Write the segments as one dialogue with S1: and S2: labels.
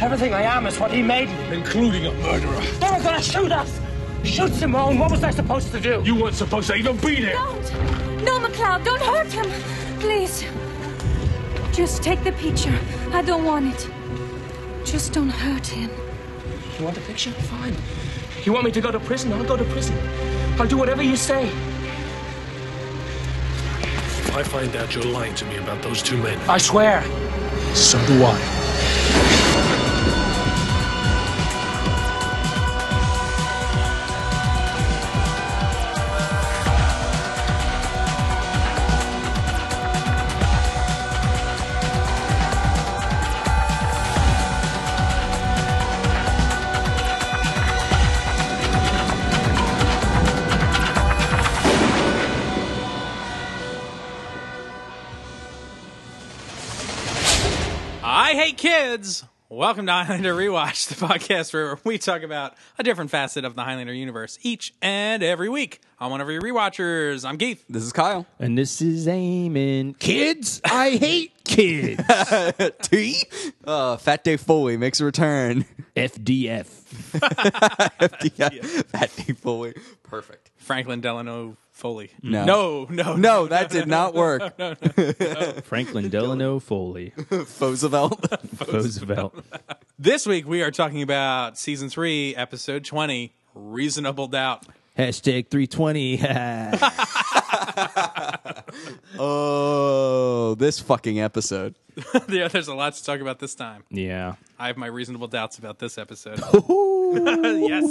S1: Everything I am is what he made me.
S2: including a murderer.
S1: They were gonna shoot us! Shoot Simone, what was I supposed to do?
S2: You weren't supposed to even be there.
S3: Don't! No, McLeod, don't hurt him! Please. Just take the picture. I don't want it. Just don't hurt him.
S1: You want a picture? Fine. You want me to go to prison? I'll go to prison. I'll do whatever you say.
S2: If I find out you're lying to me about those two men,
S1: I swear.
S2: so do I.
S4: I hate kids. Welcome to Highlander Rewatch, the podcast where we talk about a different facet of the Highlander universe each and every week. I'm one of your rewatchers. I'm Keith.
S5: This is Kyle.
S6: And this is Eamon. Kids, I hate kids.
S5: T. Uh, Fat Day Foley makes a return.
S6: FDF.
S5: Yeah. Fat Day Foley. Perfect.
S4: Franklin Delano Foley.
S5: No.
S4: No, no.
S5: No, that did not work.
S6: Franklin Delano Foley.
S5: Roosevelt.
S6: Roosevelt.
S4: This week we are talking about season three, episode 20, Reasonable Doubt.
S6: Hashtag 320.
S5: oh, this fucking episode.
S4: yeah, there's a lot to talk about this time.
S6: yeah.
S4: I have my reasonable doubts about this episode. yes.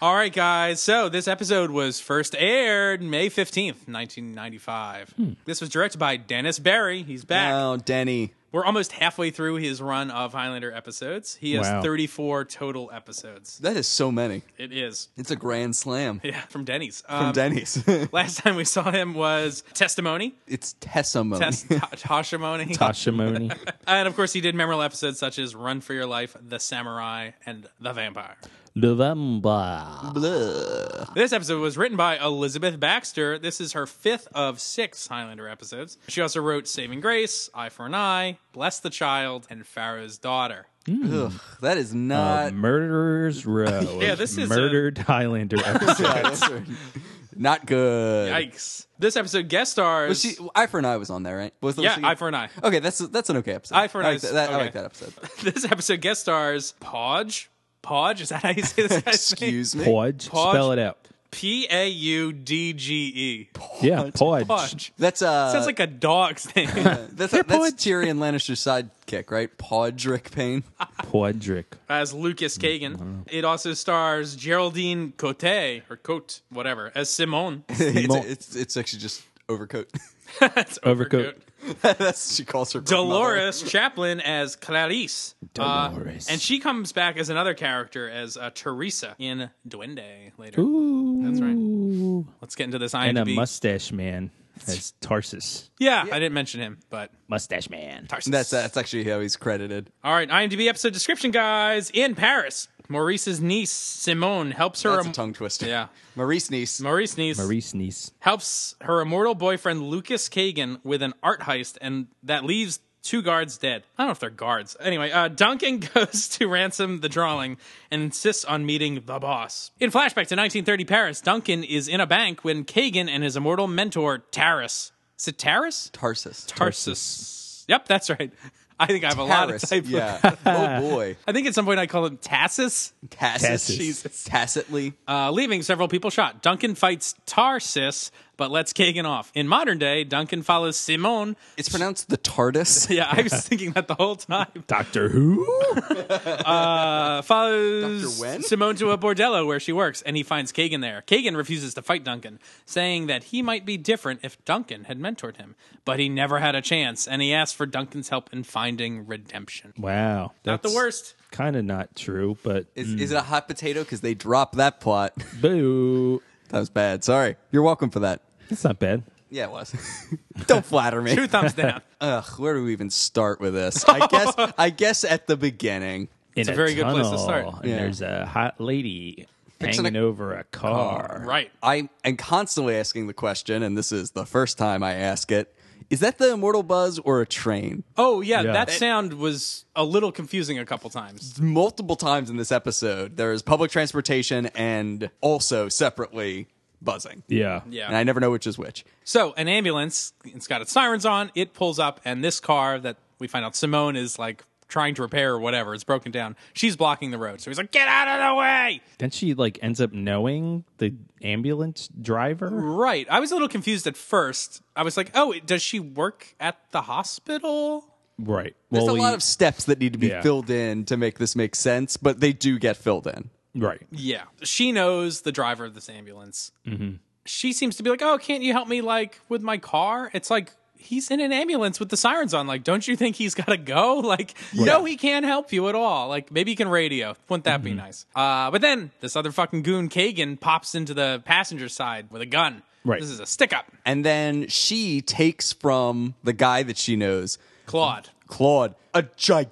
S4: All right, guys. So this episode was first aired May 15th, 1995. This was directed by Dennis Barry. He's back.
S5: Oh, Denny.
S4: We're almost halfway through his run of Highlander episodes. He has
S6: Wow.
S4: 34 total episodes.
S5: That is so many.
S4: It is.
S5: It's a grand slam
S4: Yeah, from Denny's.
S5: from
S4: Um,
S5: Denny's.
S4: Last time we saw him was Testimony,
S5: it's testimony.
S4: Test Toshimony,
S6: Hashimoni.
S4: and of course he did memorable episodes such as Run for Your Life, The Samurai, and The Vampire.
S6: November.
S5: Blah.
S4: This episode was written by Elizabeth Baxter. This is her fifth of six Highlander episodes. She also wrote Saving Grace, Eye for an Eye, Bless the Child, and Pharaoh's Daughter.
S5: Ugh, that is
S4: Um,
S5: not.
S6: Murderer's Row.
S4: Yeah,
S6: of
S4: this is a-
S6: Murdered Highlander episode.
S5: Yeah, that's not good.
S4: Yikes. This episode guest stars.
S5: Was she, Eye for an Eye was on there, right? Was the
S4: yeah,
S5: second-
S4: Eye for an Eye.
S5: Okay, that's that's an okay episode.
S4: Eye for an
S5: I
S4: Eye
S5: like
S4: is-
S5: that, that- I
S4: okay.
S5: like that episode.
S4: This episode guest stars Podge. Podge? Is that how you say this guy's name?
S5: Excuse me.
S6: Podge.
S4: Podge.
S6: Spell it out.
S4: P A U D G E.
S6: Yeah, Podge.
S4: Podge.
S5: That's uh.
S4: Sounds like a dog's name.
S5: that's, that's Tyrion Lannister's sidekick, right? Podrick Payne.
S6: Podrick.
S4: as Lucas Kagan. It also stars Geraldine Cote, or Cote, whatever, as Simone.
S5: it's,
S6: Mo-
S5: it's it's actually just overcoat.
S4: That's
S6: Overcoat.
S5: that's she calls her grandmother.
S4: Dolores Chaplin as Clarice. Uh,
S6: Dolores.
S4: and she comes back as another character as uh, Teresa in Duende later.
S6: Ooh.
S4: That's right. Let's get into this IMDb.
S6: And a mustache man. That's Tarsus.
S4: yeah, I didn't mention him, but
S6: Mustache man.
S4: Tarsus.
S5: That's that's actually how he's credited.
S4: All right, IMDb episode description, guys. In Paris, Maurice's niece Simone helps her.
S5: That's a
S4: im-
S5: tongue twister.
S4: Yeah.
S5: Maurice niece.
S4: Maurice's niece
S6: Maurice Nice.
S4: helps her immortal boyfriend Lucas Kagan with an art heist, and that leaves two guards dead. I don't know if they're guards. Anyway, uh, Duncan goes to ransom the drawing and insists on meeting the boss. In flashback to 1930 Paris, Duncan is in a bank when Kagan and his immortal mentor Taris, is it Taris?
S5: Tarsus.
S4: Tarsus. Yep, that's right. I think I have a lot of
S5: Paris.
S4: type.
S5: Yeah. oh boy.
S4: I think at some point I call him Tassus.
S5: Tassus.
S6: Tassus.
S5: Jesus. Tacitly.
S4: uh, leaving several people shot. Duncan fights Tarsis, but lets Kagan off. In modern day, Duncan follows Simone.
S5: it's pronounced the TARDIS.
S4: Yeah, I was thinking that the whole time.
S6: Doctor Who?
S4: Uh, follows
S5: Dr. Wen?
S4: Simone to a bordello where she works, and he finds Kagan there. Kagan refuses to fight Duncan, saying that he might be different if Duncan had mentored him, but he never had a chance, and he asks for Duncan's help in finding redemption.
S6: Wow.
S4: Not the worst.
S6: Kind of not true, but
S5: Is, is it a hot potato? Because they drop that plot.
S6: boo.
S5: that was bad. Sorry. You're welcome for that.
S6: That's not bad.
S5: Yeah, it was. Don't flatter me.
S4: Two thumbs down.
S5: Ugh, where do we even start with this? I guess I guess at the beginning.
S6: It's
S4: a very good place to start.
S6: And
S5: Yeah.
S6: there's a hot lady
S5: Fixing
S6: hanging
S5: a-
S6: over a car.
S4: right.
S5: I am constantly asking the question, and this is the first time I ask it. Is that the immortal buzz or a train?
S4: Oh yeah,
S6: Yeah.
S4: that
S6: It-
S4: sound was a little confusing a couple times.
S5: Multiple times in this episode, there is public transportation and also separately buzzing.
S6: Yeah.
S4: Yeah.
S5: And I never know which is which.
S4: So an ambulance, it's got its sirens on, it pulls up, and this car that we find out Simone is like trying to repair or whatever, it's broken down. She's blocking the road. So he's like, Get out of the way.
S6: Then she like ends up knowing the ambulance driver.
S4: Right. I was a little confused at first. I was like, Oh, does she work at the hospital?
S6: Right.
S5: There's
S6: well,
S5: a
S6: we-
S5: lot of steps that need to be
S6: Yeah.
S5: filled in to make this make sense, but they do get filled in.
S6: right.
S4: Yeah. She knows the driver of this ambulance. Mm-hmm. She seems to be like, Oh, can't you help me like with my car? It's like He's in an ambulance with the sirens on. Like, don't you think he's got to go? Like, no, he can't help you at all. Like, maybe he can radio. Wouldn't that
S6: Mm-hmm.
S4: be nice? Uh, but then this other fucking goon, Kagan, pops into the passenger side with a gun.
S6: Right.
S4: This is a stick up.
S5: And then she takes from the guy that she knows,
S4: Claude.
S5: Claude, a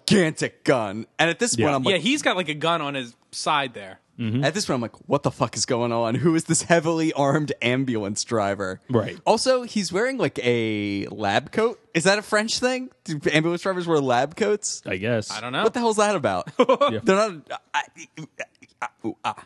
S5: gigantic gun. And at this point,
S6: Yeah.
S5: I'm
S4: Yeah,
S5: like,
S4: he's got like a gun on his side there.
S5: at this point, I'm like, what the fuck is going on? Who is this heavily armed ambulance driver?
S6: Right.
S5: Also, he's wearing like a lab coat. Is that a French thing? Do ambulance drivers wear lab coats?
S6: I guess.
S4: I don't know.
S5: What the hell's that about? They're not. I, I- I- ah.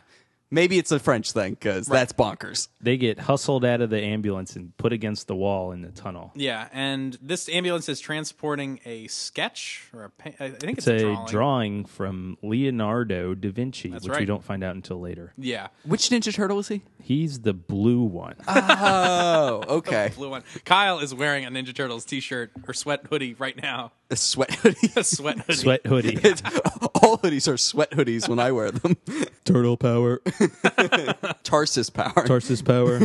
S5: Maybe it's a French thing because that's bonkers.
S6: They get hustled out of the ambulance and put against the wall in the tunnel.
S4: Yeah, and this ambulance is transporting a sketch or a. pa- I think it's,
S6: It's a
S4: drawing.
S6: drawing. from Leonardo da Vinci, which
S4: right.
S6: we don't find out until later.
S4: Yeah,
S5: Which Ninja Turtle is he?
S6: He's the blue one.
S5: Ah. Oh, okay.
S4: blue one. Kyle is wearing a Ninja Turtles t-shirt or sweat hoodie right now.
S5: A sweat hoodie.
S4: A sweat hoodie.
S6: Sweat hoodie.
S5: It's- All hoodies are sweat hoodies when I wear them.
S6: Turtle power.
S5: Tarsus power.
S6: Tarsus power.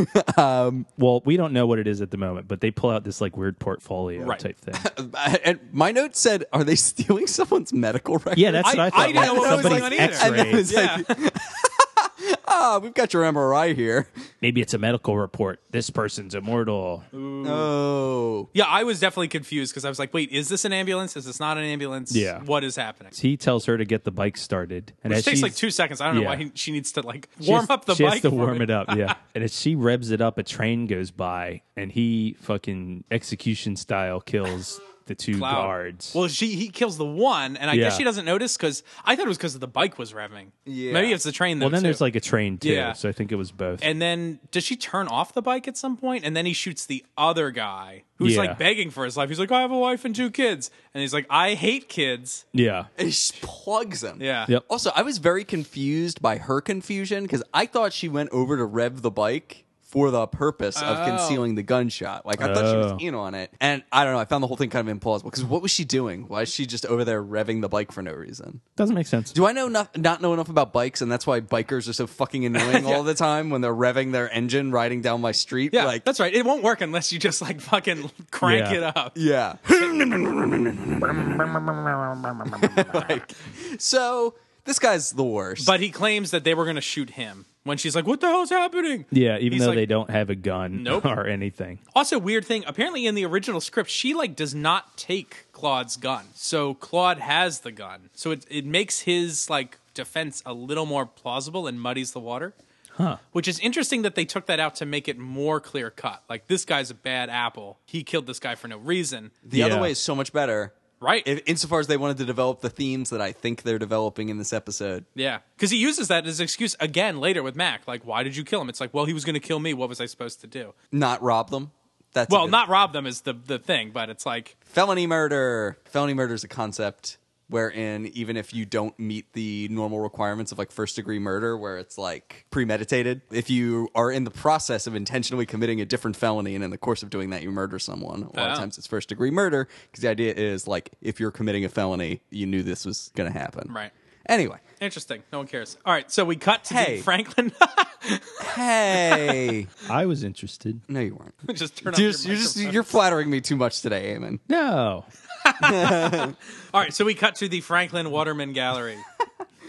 S6: well, we don't know what it is at the moment, but they pull out this like weird portfolio
S4: Right.
S6: type thing.
S5: and my note said, "Are they stealing someone's medical record?"
S6: Yeah, that's what
S4: I-
S6: I thought.
S4: I didn't know what was
S6: Somebody's
S4: going on either.
S5: And then
S6: X-ray.
S5: it's like, ah, we've got your MRI here.
S6: Maybe it's a medical report. This person's immortal.
S5: Oh,
S4: Yeah, I was definitely confused because I was like, "Wait, is this an ambulance? Is this not an ambulance?
S6: Yeah.
S4: what is happening?"
S6: He tells her to get the bike started, and
S4: Which
S6: as
S4: takes
S6: she's-
S4: like two seconds. I don't know
S6: Yeah.
S4: why he, she needs to like
S6: she
S4: warm
S6: has-
S4: up the
S6: she
S4: bike.
S6: has to
S4: for
S6: warm it up. Yeah, and as she revs it up, a train goes by, and he fucking execution style kills the two
S4: Cloud.
S6: guards.
S4: Well, she he kills the one, and I
S6: Yeah.
S4: guess she doesn't notice because I thought it was because the bike was revving.
S5: Yeah.
S4: maybe it's the train. Though,
S6: Well, then
S4: too.
S6: there's like a train too,
S4: Yeah.
S6: so I think it was both.
S4: And then does she turn off the bike at some point? And then he shoots the other guy who's
S6: Yeah.
S4: like begging for his life. He's like, I have a wife and two kids. And he's like, I hate kids.
S6: yeah,
S5: it just plugs him.
S4: Yeah.
S6: Yep.
S5: Also, I was very confused by her confusion because I thought she went over to rev the bike for the purpose
S4: Oh.
S5: of concealing the gunshot. Like I thought she
S6: Oh.
S5: was in on it, and I don't know. I found the whole thing kind of implausible because what was she doing? Why is she just over there revving the bike for no reason?
S6: doesn't make sense.
S5: Do I know not, not know enough about bikes, and that's why bikers are so fucking annoying all the time when they're revving their engine riding down my street?
S4: Yeah,
S5: like
S4: that's right. It won't work unless you just like fucking crank
S6: Yeah.
S4: it up.
S5: yeah. Like, so this guy's the worst.
S4: But he claims that they were going to shoot him when she's like, What the hell's happening?
S6: Yeah, even
S4: He's
S6: though
S4: like-
S6: they don't have a gun
S4: Nope.
S6: or anything.
S4: Also, weird thing apparently in the original script, she like does not take Claude's gun. So Claude has the gun. So it, it makes his like defense a little more plausible and muddies the water. Huh. Which is interesting that they took that out to make it more clear cut. Like, this guy's a bad apple. He killed this guy for no reason.
S5: the other
S6: Yeah.
S5: way is so much better.
S4: Right.
S5: If, insofar as they wanted to develop the themes that I think they're developing in this episode.
S4: Yeah. Because he uses that as excuse again later with Mac. Like, why did you kill him? It's like, well, he was going to kill me. What was I supposed to do?
S5: Not rob them. That's a
S4: Well,
S5: good-
S4: not rob them is the, the thing, but it's like,
S5: felony murder. Felony murder is a concept wherein even if you don't meet the normal requirements of like first degree murder where it's like premeditated if you are in the process of intentionally committing a different felony and in the course of doing that you murder someone a lot
S4: Oh.
S5: of times it's first degree murder because the idea is like if you're committing a felony you knew this was going to happen
S4: Right.
S5: anyway
S4: interesting. No one cares. All right. So we cut to
S5: Hey.
S4: Dean Franklin.
S5: hey
S6: I was interested.
S5: no you weren't
S4: just turn off
S5: you're,
S4: your
S5: just, you're, just,
S4: microphone.
S5: you're flattering me too much today Eamon.
S6: No,
S4: All right, so we cut to the Franklin Waterman Gallery.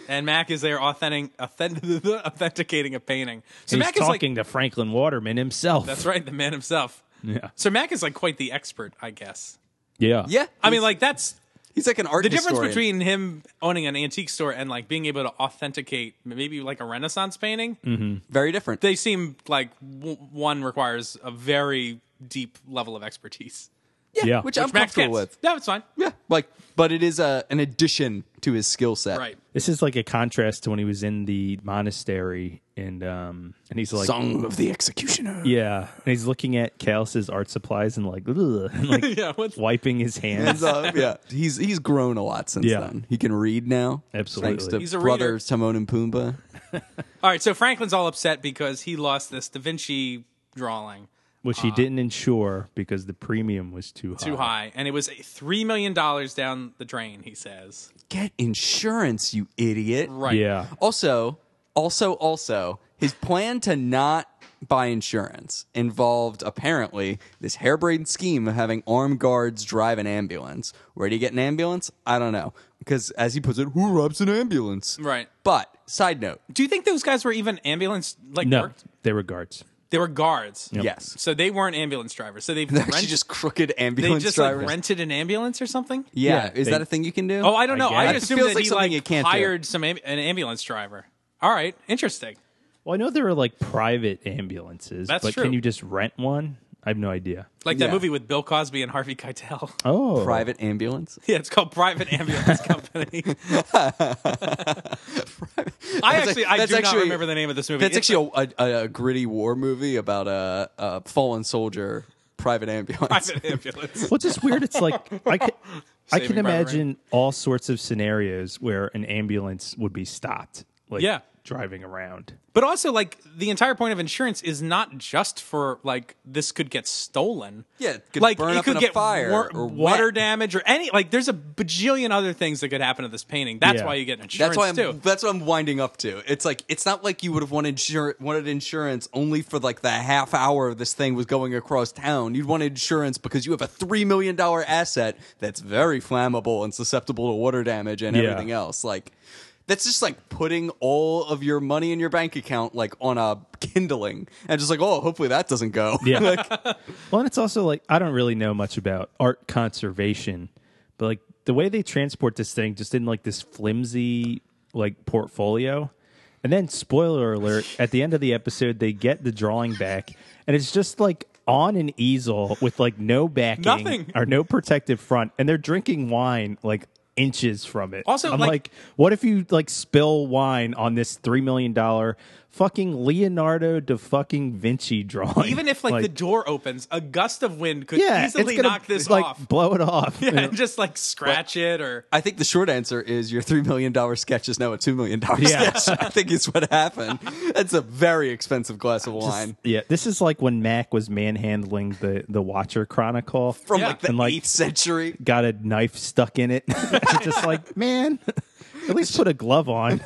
S4: And Mac is there authentic, authentic, authenticating a painting. So
S6: he's
S4: Mac is
S6: talking
S4: like,
S6: to Franklin Waterman himself.
S4: that's right, the man himself.
S6: Yeah.
S4: So Mac is like quite the expert, I guess.
S6: Yeah.
S5: yeah
S4: I mean, like that's
S5: he's like an art
S4: the difference
S5: historian.
S4: between him owning an antique store and like being able to authenticate maybe like a Renaissance painting.
S5: Mm. very different
S4: They seem like w- one requires a very deep level of expertise.
S6: Yeah.
S5: which,
S6: Which
S5: I'm comfortable with.
S4: No, it's fine.
S5: Yeah, like, but it is a, an addition to his skill set.
S4: Right.
S6: This is like a contrast to when he was in the monastery and um and he's like
S5: Song of the Executioner.
S6: yeah, and he's looking at Chaos's art supplies and like ugh, and like
S4: Yeah, what's-
S6: wiping his hands.
S5: Hands up, yeah, he's he's grown a lot since
S6: Yeah.
S5: then. He can read now,
S6: Absolutely.
S5: Thanks to
S4: He's a
S5: brother
S4: reader.
S5: Timon and Pumbaa.
S4: All right, so Franklin's all upset because he lost this Da Vinci drawing
S6: which he didn't insure because the premium was too high.
S4: too
S5: Uh-huh.
S4: high, and it was three million dollars down the drain. He says,
S5: Get insurance, you idiot!
S4: "Right,
S6: Yeah.
S5: Also, also, also, his plan to not buy insurance involved apparently this harebrained scheme of having armed guards drive an ambulance. Where do you get an ambulance? I don't know. Because as he puts it, who robs an ambulance?
S4: right."
S5: But side note,
S4: Do you think those guys were even ambulance like
S6: No,
S4: worked?
S6: they were guards.
S4: They were guards.
S5: yes,
S4: So they weren't ambulance drivers. So they've
S5: they're actually
S4: rented,
S5: just crooked
S4: they
S5: ambulance
S4: just
S5: drivers.
S4: like rented an ambulance or something.
S5: yeah,
S6: Yeah,
S5: is
S6: they-
S5: that a thing you can do?
S4: Oh, I don't know. I,
S6: guess.
S4: just assumed
S5: Feels
S4: that
S5: like
S4: he
S5: something
S4: like
S5: you can't do.
S4: hired some am- an ambulance driver. All right, interesting.
S6: Well, I know there are like private ambulances,
S4: That's
S6: but
S4: true.
S6: can you just rent one? I have no idea.
S4: Like
S5: Yeah.
S4: that movie with Bill Cosby and Harvey Keitel.
S6: Oh,
S5: private ambulance.
S4: Yeah, it's called Private Ambulance Company. I actually, I
S5: that's
S4: do
S5: actually-
S4: not remember the name of this movie.
S5: That's
S4: It's
S5: actually a, a, a gritty war movie about a, a fallen soldier private ambulance.
S4: a private ambulance.
S6: What's just weird? It's like I can, I
S4: Saving
S6: can
S4: Private
S6: imagine all sorts of scenarios where an ambulance would be stopped, like
S4: Yeah.
S6: driving around.
S4: But also, like the entire point of insurance is not just for like this could get stolen.
S5: Yeah, it could
S4: like
S5: burn
S4: it
S5: up
S4: could
S5: in a
S4: get
S5: fire
S4: wa-
S5: or
S4: water
S5: wet.
S4: damage or any like. There's a bajillion other things that could happen to this painting. That's
S6: Yeah.
S4: why you get insurance
S5: That's why I'm.
S4: too.
S5: That's what I'm winding up to. It's like it's not like you would have wanted insur- wanted insurance only for like the half hour this thing was going across town. You'd want insurance because you have a three million dollar asset that's very flammable and susceptible to water damage and
S6: Yeah.
S5: everything else. Like that's just like putting all of your money in your bank account like on a kindling and just like oh hopefully that doesn't go.
S6: Yeah. well, and it's also like I don't really know much about art conservation, but like the way they transport this thing just in like this flimsy like portfolio. And then spoiler alert, at the end of the episode they get the drawing back and it's just like on an easel with like no backing
S4: Nothing.
S6: or no protective front and they're drinking wine like inches from it.
S4: Also,
S6: I'm
S4: like-
S6: like what if you like spill wine on this 3 million dollar fucking Leonardo da fucking Vinci drawing?
S4: Even if like, the door opens, a gust of wind could
S6: yeah,
S4: easily
S6: it's gonna,
S4: knock this
S6: like,
S4: off.
S6: Blow it off.
S4: Yeah, and just like scratch it or
S5: I think the short answer is your three million dollar sketch is now a two million dollar
S6: Yeah.
S5: sketch. I think is what happened. That's a very expensive glass of wine.
S6: Yeah, this is like when Mac was manhandling the the Watcher Chronicle
S5: from
S4: Yeah.
S5: like the
S6: And, like-
S5: eighth century.
S6: Got a knife stuck in it. just like man, at least put a glove on.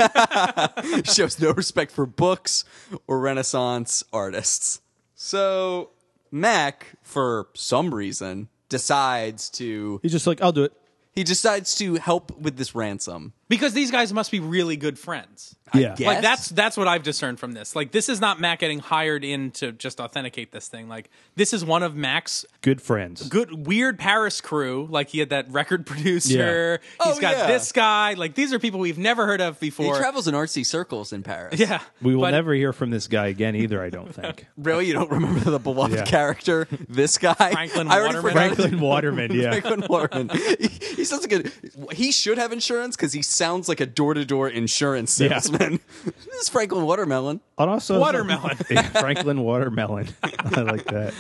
S5: Shows no respect for books or Renaissance artists. So Mac, for some reason, decides to
S6: He's just like, I'll do it.
S5: he decides to help with this ransom.
S4: because these guys must be really good friends.
S6: Yeah,
S5: guess.
S4: Like that's that's what I've discerned from this. Like this is not Mac getting hired in to just authenticate this thing. Like this is one of Mac's
S6: good friends.
S4: good weird Paris crew. Like he had that record producer. He's
S5: Oh,
S4: got
S5: yeah.
S4: this guy. Like these are people we've never heard of
S5: He
S4: before.
S5: travels in artsy circles in Paris.
S4: yeah.
S6: we will
S4: But-
S6: never hear from this guy again either. I don't think.
S5: Really, you don't remember the beloved
S6: Yeah.
S5: character, this guy,
S4: Franklin
S5: I already
S4: Waterman.
S5: forgot his
S6: Franklin Waterman. Yeah,
S5: Franklin Warren. he, he sounds like a, he should have insurance because he sounds like a door to door insurance
S6: Yeah.
S5: salesman. this is Franklin Watermelon.
S6: and also
S4: Watermelon.
S6: Yeah, Franklin Watermelon. I like that.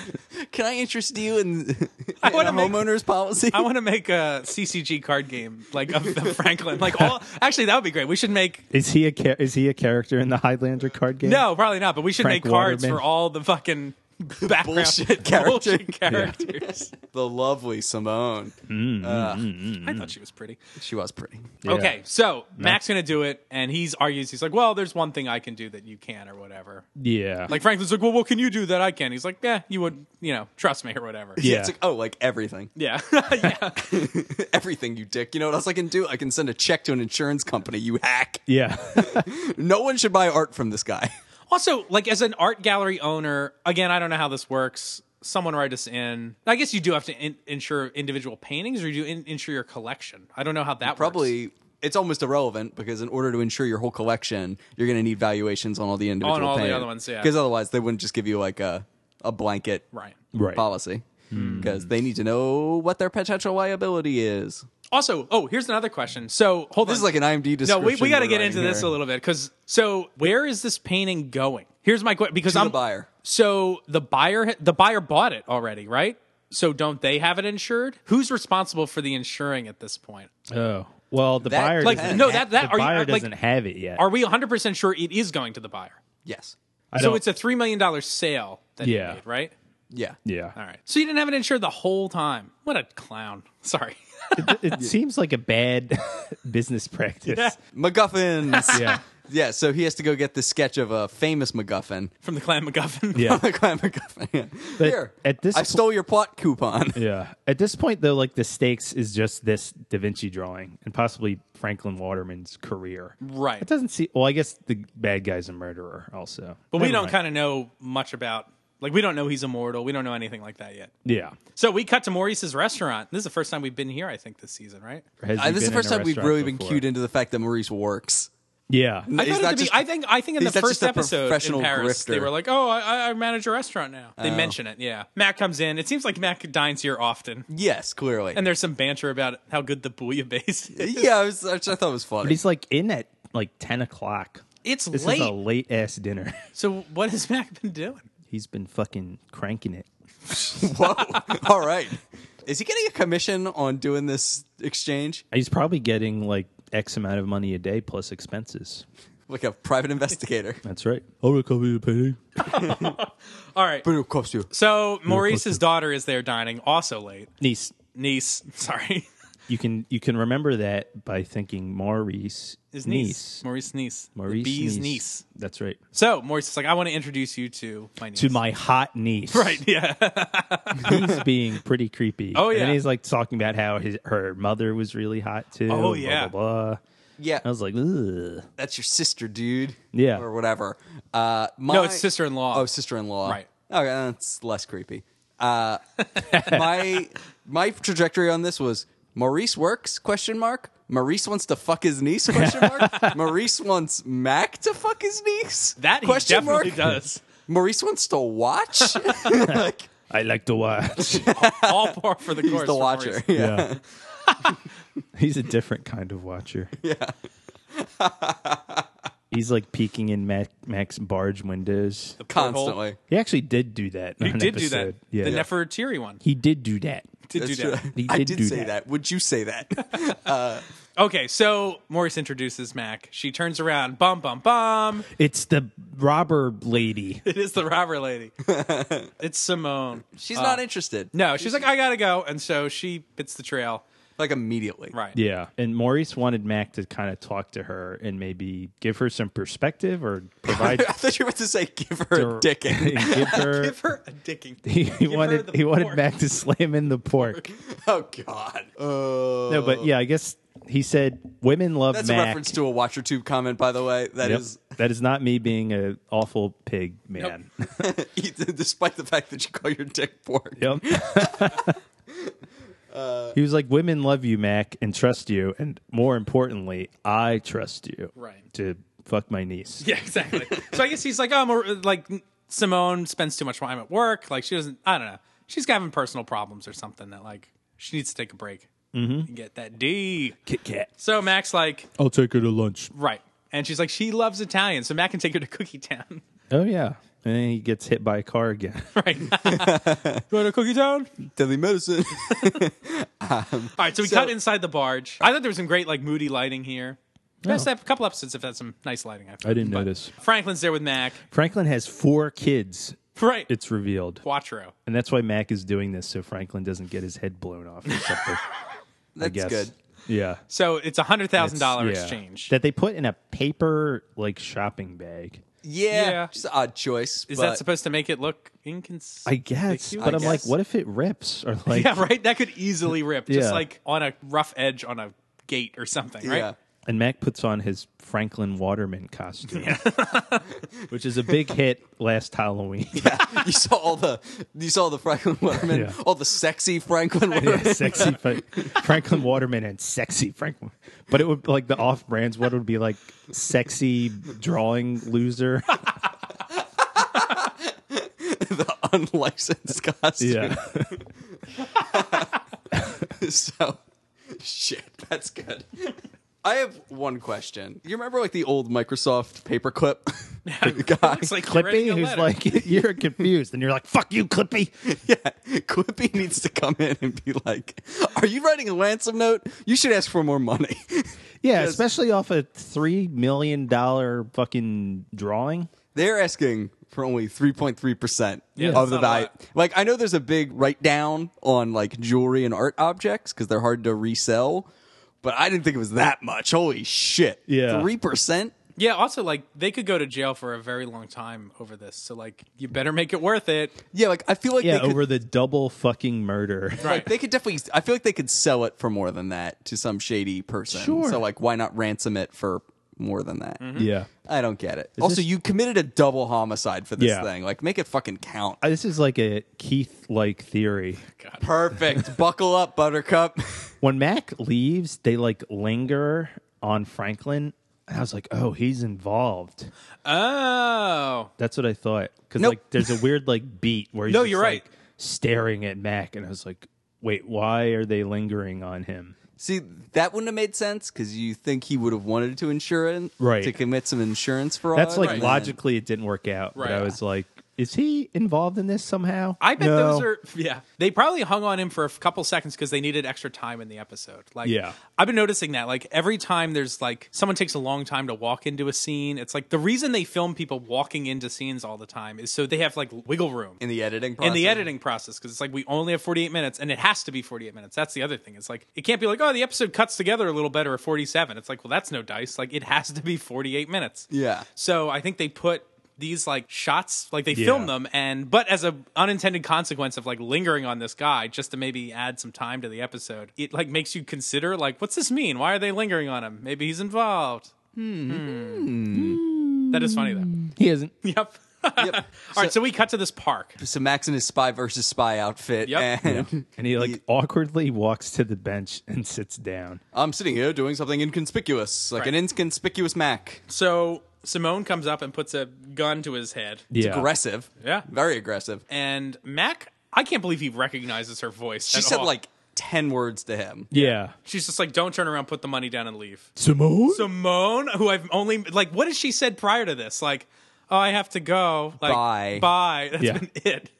S5: Can I interest you in, in a
S4: I wanna make-
S5: homeowner's policy?
S4: I want to make a CCG card game like of the Franklin. Like all actually that would be great. We should make
S6: Is he a cha- is he a character in the Highlander card game?
S4: No, probably not. But we should
S6: Frank
S4: make cards
S6: Waterman.
S4: for all the fucking background
S5: Bullshit character.
S4: bullshit characters.
S5: the lovely Simone.
S4: I thought she was pretty.
S5: She was pretty.
S6: Yeah.
S4: Okay, so Mac's gonna do it, and he's argues. He's like, "Well, there's one thing I can do that you can, or whatever."
S6: Yeah.
S4: Like Franklin's like, "Well, what can you do that I can?" He's like, "Yeah, you would, you know, trust me or whatever."
S6: Yeah.
S5: It's like, oh, like everything.
S4: yeah, yeah.
S5: Everything, you dick. You know what else I can do? I can send a check to an insurance company, you hack.
S6: yeah.
S5: No one should buy art from this guy.
S4: Also, like as an art gallery owner, again, I don't know how this works. Someone write us in. I guess you do have to in- insure individual paintings, or you do in- insure your collection. I don't know how that works.
S5: Probably. It's almost irrelevant because in order to insure your whole collection, you're going to need valuations on all the individual
S4: all the
S5: paint-
S4: other ones, yeah.
S5: Because otherwise, they wouldn't just give you like a a blanket
S4: right.
S6: Right.
S5: policy. because they need to know what their potential liability is.
S4: Also, oh, here's another question. So hold
S5: This
S4: on.
S5: is like an IMD
S4: No,
S5: description.
S4: we, we got to
S5: we're
S4: get
S5: writing
S4: into this
S5: here.
S4: a little bit because so where is this painting going? Here's my question because
S5: To the
S4: I'm
S5: buyer.
S4: So the buyer ha- the buyer bought it already, right? So don't they have it insured? Who's responsible for the insuring at this point?
S6: Oh, well, the
S5: That
S6: buyer
S4: Like
S5: depends.
S6: doesn't,
S4: no, that that
S6: the
S4: are you,
S6: buyer
S4: like,
S6: doesn't have it yet.
S4: Are we 100 percent sure it is going to the buyer?
S5: Yes.
S6: I
S4: So
S6: don't-
S4: it's a three million dollar sale that
S6: Yeah.
S4: you made, right?
S5: Yeah.
S6: yeah.
S4: All right. So you didn't have it insured the whole time. What a clown! Sorry.
S6: It seems like a bad business practice.
S5: MacGuffins.
S6: Yeah.
S5: yeah. So he has to go get the sketch of a famous MacGuffin.
S4: From the Clan MacGuffin.
S6: Yeah.
S5: Clan MacGuffin. Yeah.
S6: But
S5: Here.
S6: at this
S5: I
S6: po-
S5: stole your plot coupon.
S6: Yeah. At this point, though, like the stakes is just this Da Vinci drawing and possibly Franklin Waterman's career.
S4: Right.
S6: It doesn't see. Well, I guess the bad guy's a murderer also.
S4: But we don't kind of know much about, like, we don't know he's immortal. We don't know anything like that yet.
S6: of. Yeah.
S4: So we cut to Maurice's restaurant. This is the first time we've been here, I think, this season, right?
S6: Has
S5: Uh,
S6: he
S5: this is
S6: been
S5: the
S6: in
S5: first
S6: a
S5: time we've
S6: restaurant
S5: really been
S6: before?
S5: cued into the fact that Maurice works.
S6: Yeah.
S4: I,
S5: He's
S4: thought
S5: not
S4: at the
S5: just-
S4: be- I think I think in the
S5: he's not
S4: first
S5: just a
S4: episode
S5: professional
S4: in Paris, they
S5: grifter. Oh.
S4: were like, "Oh, I, I manage a restaurant now." They mention it, yeah. Mac comes in. It seems like Mac dines here often,
S5: Yes, clearly.
S4: and there's some banter about how good the bouillabaisse is.
S5: yeah, it was, which I thought was
S6: But
S5: funny.
S6: he's like in at like 10 o'clock.
S4: It's
S6: This
S4: late.
S6: is a late ass dinner.
S4: so what has Mac been doing?
S6: He's been fucking cranking it.
S5: Whoa. All right. Is he getting a commission on doing this exchange?
S6: He's probably getting like X amount of money a day plus expenses.
S5: Like a private investigator.
S6: That's right. I'll recover your penny.
S4: All right.
S5: but it costs you.
S4: So Maurice's daughter is there dining, also late.
S6: Niece,
S4: Niece, sorry,
S6: you can you can remember that by thinking Maurice
S4: his niece, Maurice's niece, The
S6: Maurice
S4: Bee's niece.
S6: That's right.
S4: So Maurice is like, I want to introduce you to my niece.
S6: To my hot niece.
S4: right, yeah,
S6: He's being pretty creepy.
S4: Oh,
S6: And
S4: yeah.
S6: then he's like talking about how his her mother was really hot too.
S4: Oh,
S6: and
S4: yeah.
S6: Blah, blah, blah.
S5: Yeah.
S6: I was like, Ugh.
S5: That's your sister, dude.
S6: Yeah.
S5: Or whatever. Uh, my,
S4: No, it's sister-in-law.
S5: Oh, sister-in-law.
S4: Right.
S5: Okay, that's less creepy. Uh, my my trajectory on this was Maurice works question mark. Maurice wants to fuck his niece question mark. Maurice wants Mac to fuck his niece.
S4: that he
S5: question
S4: definitely
S5: mark.
S4: does.
S5: Maurice wants to watch. like
S6: I like to watch.
S4: All par for the course.
S5: he's the
S4: for
S5: watcher.
S4: Maurice.
S5: Yeah.
S6: yeah. he's a different kind of watcher. Yeah. he's like peeking in Mac, Mac's barge windows.
S5: Constantly.
S6: He actually did do that. in
S4: You
S6: an
S4: did do that.
S6: episode. Yeah.
S4: The Nefertiri one.
S6: he did do that.
S4: Did
S5: That's
S4: do that.
S5: true.
S6: He
S5: I
S6: did
S5: did
S6: do
S5: say
S6: that.
S5: that. Would you say that?
S4: Okay, so Maurice introduces Mac. She turns around. Bum bum bum.
S6: It's the robber lady.
S4: It is the robber lady. it's Simone.
S5: She's not interested.
S4: Uh, No, she's like, I gotta go, and so she bits the trail.
S5: Like immediately.
S4: Right.
S6: Yeah. And Maurice wanted Mac to kind of talk to her and maybe give her some perspective or provide
S5: I thought you were about to say give her a
S6: or-
S5: dicking.
S6: and give her.
S4: Give her a dicking.
S6: he
S4: Give her
S6: wanted
S4: the
S6: he wanted
S4: pork.
S6: Mac to slam in the pork.
S5: Oh God. Uh,
S6: No, but yeah, I guess he said women love
S5: that's a
S6: Mac.
S5: reference to a watcher tube comment, by the way. That
S6: Yep.
S5: is,
S6: that is not me being an awful pig man.
S5: despite the fact that you call your dick pork.
S6: Yep.
S4: Uh,
S6: he was like, "Women love you, Mac, and trust you, and more importantly, I trust you."
S4: Right.
S6: To fuck my niece.
S4: Yeah, exactly. so I guess he's like, oh, Mar- like Simone spends too much time at work. Like she doesn't. I don't know. She's having personal problems or something that like she needs to take a break
S6: Mm-hmm.
S4: and get that D.
S6: Kit Kat.
S4: So Max like
S6: I'll take her to lunch.
S4: right, and she's like she loves Italian, so Mac can take her to Cookie Town.
S6: Oh yeah. And then he gets hit by a car again.
S4: right, go to Cookie Town.
S5: Deadly medicine.
S4: All right, so we
S5: So-
S4: cut inside the barge. I thought there was some great like moody lighting here. Best have a couple episodes have had some nice lighting. I,
S6: I didn't
S4: but
S6: notice.
S4: Franklin's there with Mac.
S6: Franklin has four kids.
S4: Right, it's
S6: It's revealed,
S4: Quattro.
S6: and that's why Mac is doing this so Franklin doesn't get his head blown off or something. I
S5: That's
S6: guess.
S5: good.
S6: Yeah.
S4: So it's a hundred thousand dollar
S6: Yeah.
S4: exchange.
S6: that they put in a paper like shopping bag.
S5: Yeah,
S4: Yeah.
S5: just an odd choice.
S4: Is
S5: but
S4: that supposed to make it look inconsistent?
S6: I guess, but
S5: I
S6: I'm like,
S5: guess.
S6: what if it rips or like
S4: Yeah, right. That could easily rip, just
S6: Yeah.
S4: like on a rough edge on a gate or something, right?
S5: Yeah.
S6: And Mac puts on his Franklin Waterman costume, which is a big hit last Halloween.
S5: you saw all the you saw the Franklin Waterman,
S6: Yeah.
S5: all the sexy Franklin Waterman.
S6: sexy Fra- Franklin Waterman and sexy Franklin. But it would like the off brands. What would be like sexy drawing loser?
S5: the unlicensed costume. so shit that's good i have one question you remember like the old microsoft paperclip guy
S4: It's like you're writing
S6: Clippy,
S4: a
S6: who's
S4: letter.
S6: like, you're confused, and you're like, fuck you, Clippy.
S5: yeah clippy needs to come in and be like are you writing a ransom note you should ask for more money
S6: Yeah,
S5: Yes.
S6: especially off a three million dollar fucking drawing.
S5: they're asking for only 3.3%
S4: Yeah,
S5: of
S4: that's
S5: the
S4: not a
S5: value.
S4: lot.
S5: Like I know there's a big write down on like jewelry and art objects cuz they're hard to resell, but I didn't think it was that much. Holy shit.
S6: Yeah.
S5: 3%?
S4: yeah. Also, like they could go to jail for a very long time over this. So like, you better make it worth it.
S5: Yeah, like I feel like
S6: Yeah,
S5: they could,
S6: over the double fucking murder.
S5: like, they could definitely I feel like they could sell it for more than that to some shady person.
S6: Sure.
S5: So like why not ransom it for more than that?
S4: Mm-hmm.
S6: Yeah.
S5: I don't get it. also,
S6: this-
S5: you committed a double homicide for this
S6: Yeah.
S5: thing. Like make it fucking count.
S6: Uh, This is like a Keith like theory.
S5: Perfect. Buckle up, buttercup.
S6: When Mac leaves, they like linger on Franklin. And I was like, oh, he's involved.
S4: Oh,
S6: That's what I thought. Because
S5: Nope.
S6: like there's a weird like beat where he's
S4: No,
S6: just,
S4: you're right.
S6: like, staring at Mac and I was like, wait, why are they lingering on him?
S5: See, that wouldn't have made sense because you think he would have wanted to insure it,
S6: Right.
S5: To commit some insurance fraud.
S6: That's like
S5: and-
S6: logically it didn't work out. But I
S4: Uh, Right.
S6: was like, is he involved in this somehow?
S4: I bet
S6: No.
S4: those are yeah. They probably hung on him for a f- couple seconds because they needed extra time in the episode. Like
S6: Yeah.
S4: I've been noticing that like every time there's like someone takes a long time to walk into a scene. It's like the reason they film people walking into scenes all the time is so they have like wiggle room
S5: in the editing. Process.
S4: in the editing process because it's like we only have 48 minutes and it has to be 48 minutes that's the other thing it's like it can't be like oh the episode cuts together a little better at 47 it's like well that's no dice like it has to be 48 minutes
S5: Yeah.
S4: so i think they put these like shots like they
S6: Yeah.
S4: film them and but as a unintended consequence of like lingering on this guy just to maybe add some time to the episode it like makes you consider like what's this mean why are they lingering on him maybe he's involved hmm. that is funny though
S6: He isn't.
S4: yep all right so we cut to this park
S5: So Max in his spy versus spy outfit.
S4: Yep.
S5: And
S6: And he like awkwardly walks to the bench and sits down.
S5: I'm sitting here doing something inconspicuous, like an
S4: Right.
S5: inconspicuous Mac.
S4: So Simone comes up and puts a gun to his head.
S6: Yeah.
S5: Aggressive.
S4: Yeah.
S5: Very aggressive.
S4: And Mac, I can't believe he recognizes her voice.
S5: She
S4: at
S5: said
S4: all.
S5: like ten words to him.
S6: Yeah.
S4: she's just like, don't turn around, put the money down and leave.
S6: Simone?
S4: Simone, who I've only like, what has she said prior to this? Like, oh, I have to go. Like,
S5: Bye.
S4: Bye. That's
S6: Yeah.
S4: been it.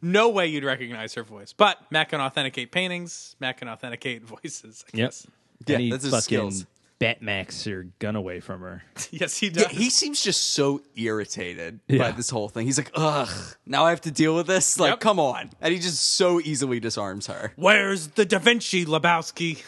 S4: No way you'd recognize her voice. But Mac can authenticate paintings. Mac can authenticate voices. I
S6: Yep.
S4: guess.
S5: Yeah,
S6: And he
S5: that's his
S6: fucking
S5: skills.
S6: Batmax your gun away from her.
S4: Yes, he does.
S5: Yeah, he seems just so irritated by
S6: Yeah.
S5: this whole thing. He's like, ugh, now I have to deal with this? Like,
S4: Yep.
S5: come on. And he just so easily disarms her.
S4: Where's the Da Vinci Lebowski?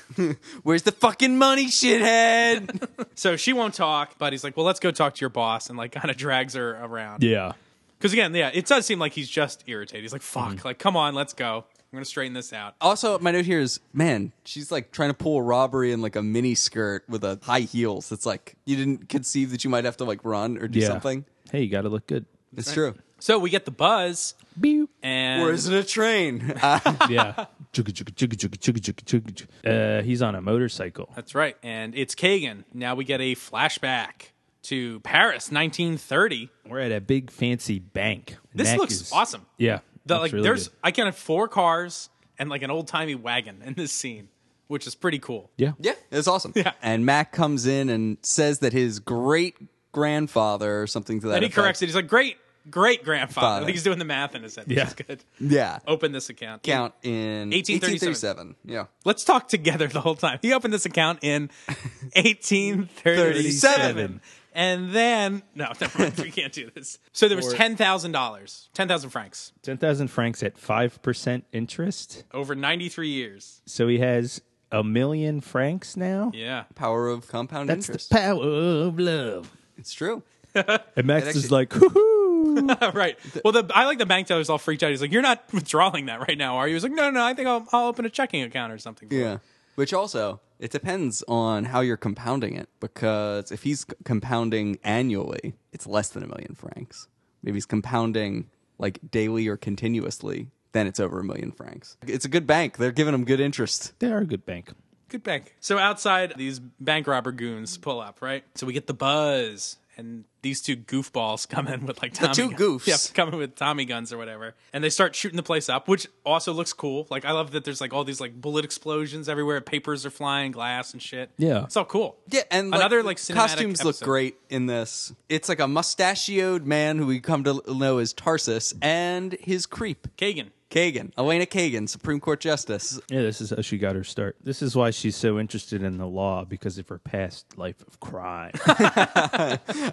S5: Where's the fucking money, shithead?
S4: So she won't talk, but he's like, well, let's go talk to your boss, and like kind of drags her around.
S6: Yeah.
S4: Because again, yeah, it does seem like he's just irritated. He's like, fuck,
S6: Mm-hmm.
S4: like, come on, let's go. I'm going to straighten this out.
S5: Also, my note here is, man, she's like trying to pull a robbery in like a mini skirt with a high heels. It's like you didn't conceive that you might have to like run or do
S6: Yeah.
S5: something.
S6: Hey, you got to look good.
S5: It's true.
S4: So we get the buzz,
S6: Beep.
S4: and
S5: Or is it a train? Uh,
S6: Yeah. Chugga, chugga, chugga, chugga, chugga, chugga, chugga. Uh, he's on a motorcycle.
S4: that's right. And it's Kagan. Now we get a flashback to Paris, 1930.
S6: We're at a big fancy bank.
S4: This
S6: Mac
S4: looks
S6: is-
S4: awesome.
S6: Yeah.
S4: The,
S6: looks
S4: like,
S6: really
S4: there's
S6: good.
S4: I counted four cars and like an old timey wagon in this scene, which is pretty cool.
S6: Yeah.
S5: yeah, it's awesome.
S4: Yeah.
S5: And Mac comes in and says that his great grandfather or something to that.
S4: And he
S5: effect-
S4: corrects it. He's like, great, great grandfather. I
S5: Father.
S4: think he's doing the math in his head, which
S6: Yeah.
S4: is good.
S5: Yeah.
S4: Open this account.
S5: Count in
S4: 1837.
S5: 1837. Yeah.
S4: Let's talk together the whole time. He opened this account in 1837.
S5: 37.
S4: And then no, never mind. we can't do this. So there was ten thousand dollars, ten thousand francs,
S6: 10,000 francs at 5% interest.
S4: over ninety three years.
S6: So he has a million francs now.
S4: Yeah,
S5: Power of compound
S6: That's
S5: interest.
S6: the power of love.
S5: it's true.
S6: And Max
S5: It
S6: is
S5: actually-
S6: like, hoo
S4: right. Well, the I like the bank teller's all freaked out. He's like, "You're not withdrawing that right now, are you?" He's like, "No, no, no. I think I'll, I'll open a checking account or something." for
S5: Yeah. Which also, it depends on how you're compounding it because if he's c- compounding annually, it's less than a million francs. Maybe he's compounding like daily or continuously, then it's over a million francs. It's a good bank. They're giving him good interest.
S6: They are a good bank.
S4: Good bank. So outside, these bank robber goons pull up, right? So we get the buzz, and these two goofballs come in with like Tommy
S5: two
S4: gun-
S5: goofs.
S4: Yeah, coming with Tommy guns or whatever, and they start shooting the place up, which also looks cool. Like I love that there's like all these like bullet explosions everywhere, papers are flying, glass and shit.
S6: Yeah.
S4: it's all cool.
S5: Yeah, and like,
S4: another
S5: the
S4: like cinematic
S5: costumes look
S4: episode.
S5: great in this. It's like a mustachioed man who we come to l- know as Tarsus and his creep
S4: Kagan,
S5: Kagan, Elena Kagan, Supreme Court Justice.
S6: Yeah, this is how she got her start. This is why she's so interested in the law because of her past life of crime.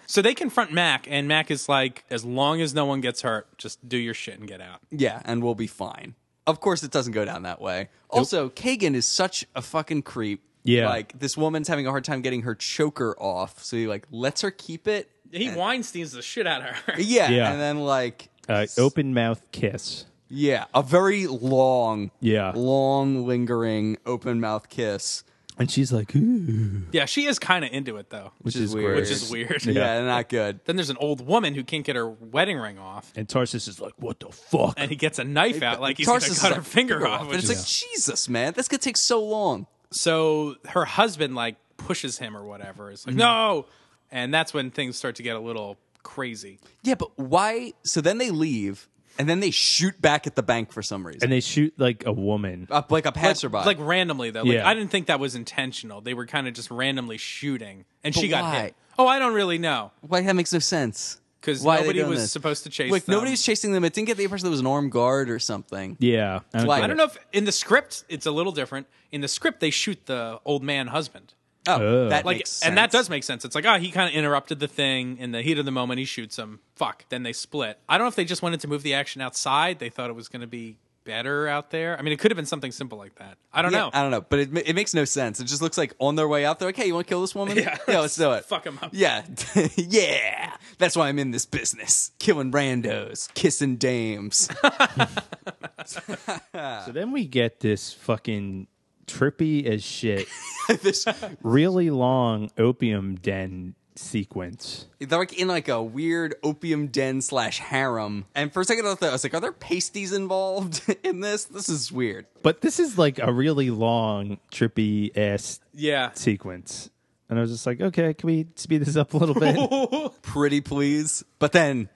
S4: So they confront Mac, and Mac is like, as long as no one gets hurt, just do your shit and get out.
S5: Yeah, and we'll be fine. Of course, it doesn't go down that way. Also, Kagan is such a fucking creep.
S6: Yeah.
S5: like this woman's having a hard time getting her choker off, so he like lets her keep it.
S4: He Weinsteins the shit out of her.
S5: Yeah,
S6: Yeah.
S5: and then like
S6: uh, open mouth kiss.
S5: yeah, a very long,
S6: Yeah.
S5: long lingering open mouth kiss,
S6: And she's like, ooh,
S4: Yeah, she is kind of into it though.
S6: which,
S5: is
S6: is,
S5: weird.
S6: weird.
S4: Which is weird.
S5: yeah not good.
S4: Then there's an old woman who can't get her wedding ring off,
S6: And Tarsus is like, what the fuck?
S4: and he gets a knife out like he's
S5: Tarsus
S4: gonna
S5: is
S4: cut her
S5: a
S4: finger off.
S5: And
S4: which
S5: it's
S4: is-
S5: like, Jesus, man, this could take so long.
S4: so her husband like pushes him or whatever. It's like
S5: Mm-hmm.
S4: no, and that's when things start to get a little crazy.
S5: Yeah, but why? So then they leave, and then they shoot back at the bank for some reason.
S6: and they shoot like a woman.
S5: Up like a passerby.
S4: Like randomly though. Like
S6: Yeah.
S4: I didn't think that was intentional. They were kind of just randomly shooting, and she got
S5: why?
S4: hit. Oh, I don't really know.
S5: why that makes no sense.
S4: 'Cause
S5: Why are they
S4: nobody
S5: doing
S4: was
S5: this?
S4: supposed to chase
S5: Like
S4: them.
S5: nobody was chasing them. It didn't get the impression there was an armed guard or something.
S6: Yeah. I don't
S5: Like-
S6: get
S4: I
S6: it.
S4: don't know if in the script it's a little different. In the script, they shoot the old man husband.
S5: Oh, that
S4: Like,
S5: makes sense.
S4: and that does make sense. It's like, oh, he kind of interrupted the thing in the heat of the moment. He shoots him. Fuck. Then they split. I don't know if they just wanted to move the action outside. They thought it was going to be better out there. I mean, it could have been something simple like that. I don't
S5: Yeah,
S4: know.
S5: I don't know, but it, ma- it makes no sense. It just looks like on their way out, they're like, "Hey, you want to kill this woman? Yeah, let's do it.
S4: fuck 'em up.
S5: Yeah, yeah. That's why I'm in this business: killing randos, kissing dames.
S6: So then we get this fucking trippy as shit,
S5: This-
S6: really long opium den sequence.
S5: They're like in like a weird opium den slash harem. And for a second I thought, I was like, are there pasties involved in this? This is weird.
S6: But this is like a really long, trippy ass
S4: yeah.
S6: sequence. And I was just like, okay, can we speed this up a little bit?
S5: Pretty please. But then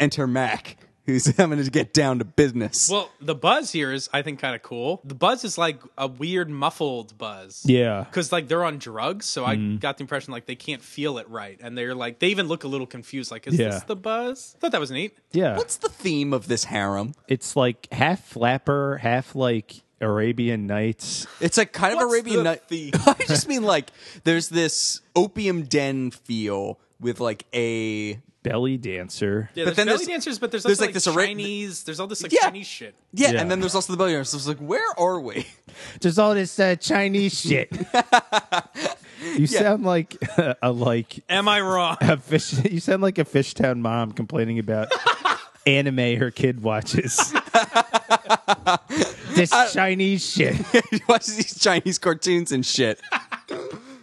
S5: enter Mac, who's having to get down to business.
S4: Well, the buzz here is, I think, kind of cool. The buzz is like a weird muffled buzz.
S6: yeah.
S4: Because like they're on drugs, so I
S5: Mm-hmm.
S4: got the impression like they can't feel it right, and they're like they even look a little confused. Like, is
S6: Yeah.
S4: this the buzz? Thought that was neat.
S6: Yeah.
S5: What's the theme of this harem?
S6: it's like half flapper, half like Arabian Nights.
S5: It's like kind of
S4: What's
S5: Arabian
S4: the
S5: Night.
S4: theme?
S5: I just mean like there's this opium den feel with like a
S6: belly dancer.
S4: Yeah,
S5: But
S4: but
S5: then
S4: then belly
S5: there's-
S4: dancers, but there's also
S5: there's, like,
S4: like,
S5: this arra-
S4: Chinese. There's all this like
S5: Yeah.
S4: Chinese shit.
S5: yeah,
S6: Yeah.
S5: and then there's also the belly dancer. So it's like, where are we?
S6: There's all this uh, Chinese shit. you sound like a like
S4: Am I wrong?
S6: a fish. You sound like a Fishtown mom complaining about anime her kid watches. this Chinese shit.
S5: He watches these Chinese cartoons and shit.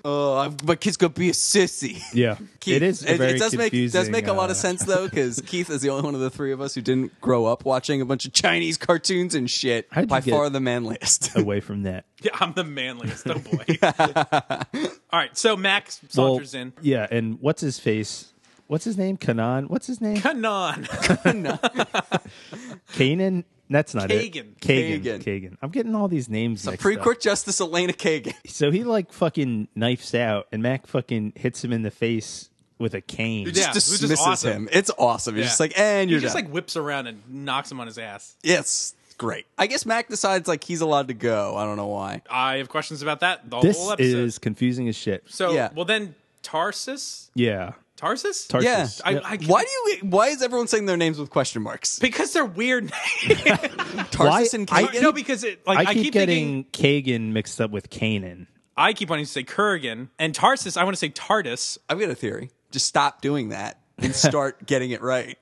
S5: oh, I'm- my kid's gonna be a sissy.
S6: Yeah,
S5: Keith,
S6: it is. A very
S5: it does make
S6: confusing,
S5: does make a lot
S6: uh,
S5: of sense though, because Keith is the only one of the three of us who didn't grow up watching a bunch of Chinese cartoons and shit.
S6: How'd you
S5: By
S6: get-
S5: far the manliest.
S6: Away from that,
S4: Yeah, I'm the manliest. Oh boy. all right, so Max saunters in.
S6: yeah, and what's his face? What's his name? Kanan. What's his name?
S4: Come on.
S6: Kanan. That's not
S4: Kagan.
S6: it. Kagan.
S5: Kagan.
S6: Kagan. I'm getting all these names. mixed
S5: Pre
S6: up.
S5: court justice Elena Kagan.
S6: So he like fucking knifes out, and Mac fucking hits him in the face with a cane.
S5: Just
S4: Yeah, which is
S5: dismisses
S4: awesome.
S5: him. It's awesome. He's
S4: Yeah.
S5: just like, and
S4: He
S5: you're
S4: just
S5: done.
S4: like whips around and knocks him on his ass.
S5: Yes, great. I guess Mac decides like he's allowed to go. I don't know why.
S4: I have questions about that. The
S6: This
S4: whole episode.
S6: is confusing as shit.
S4: so
S5: Yeah.
S4: well then Tarsus.
S6: Yeah,
S4: Tarsus.
S6: Tarsus.
S5: Yeah.
S4: I,
S6: Yep.
S4: I,
S5: Why do you? Why is everyone saying their names with question marks?
S4: Because they're weird.
S5: Tarsus
S6: Why-
S5: and
S6: I
S5: Kagan.
S4: no, because it like
S6: I, keep,
S4: thinking
S6: getting Kagan mixed up with Kanan.
S4: I keep wanting to say Kurgan and Tarsus. I want to say Tardis.
S5: I've got a theory. Just stop doing that and start getting it right.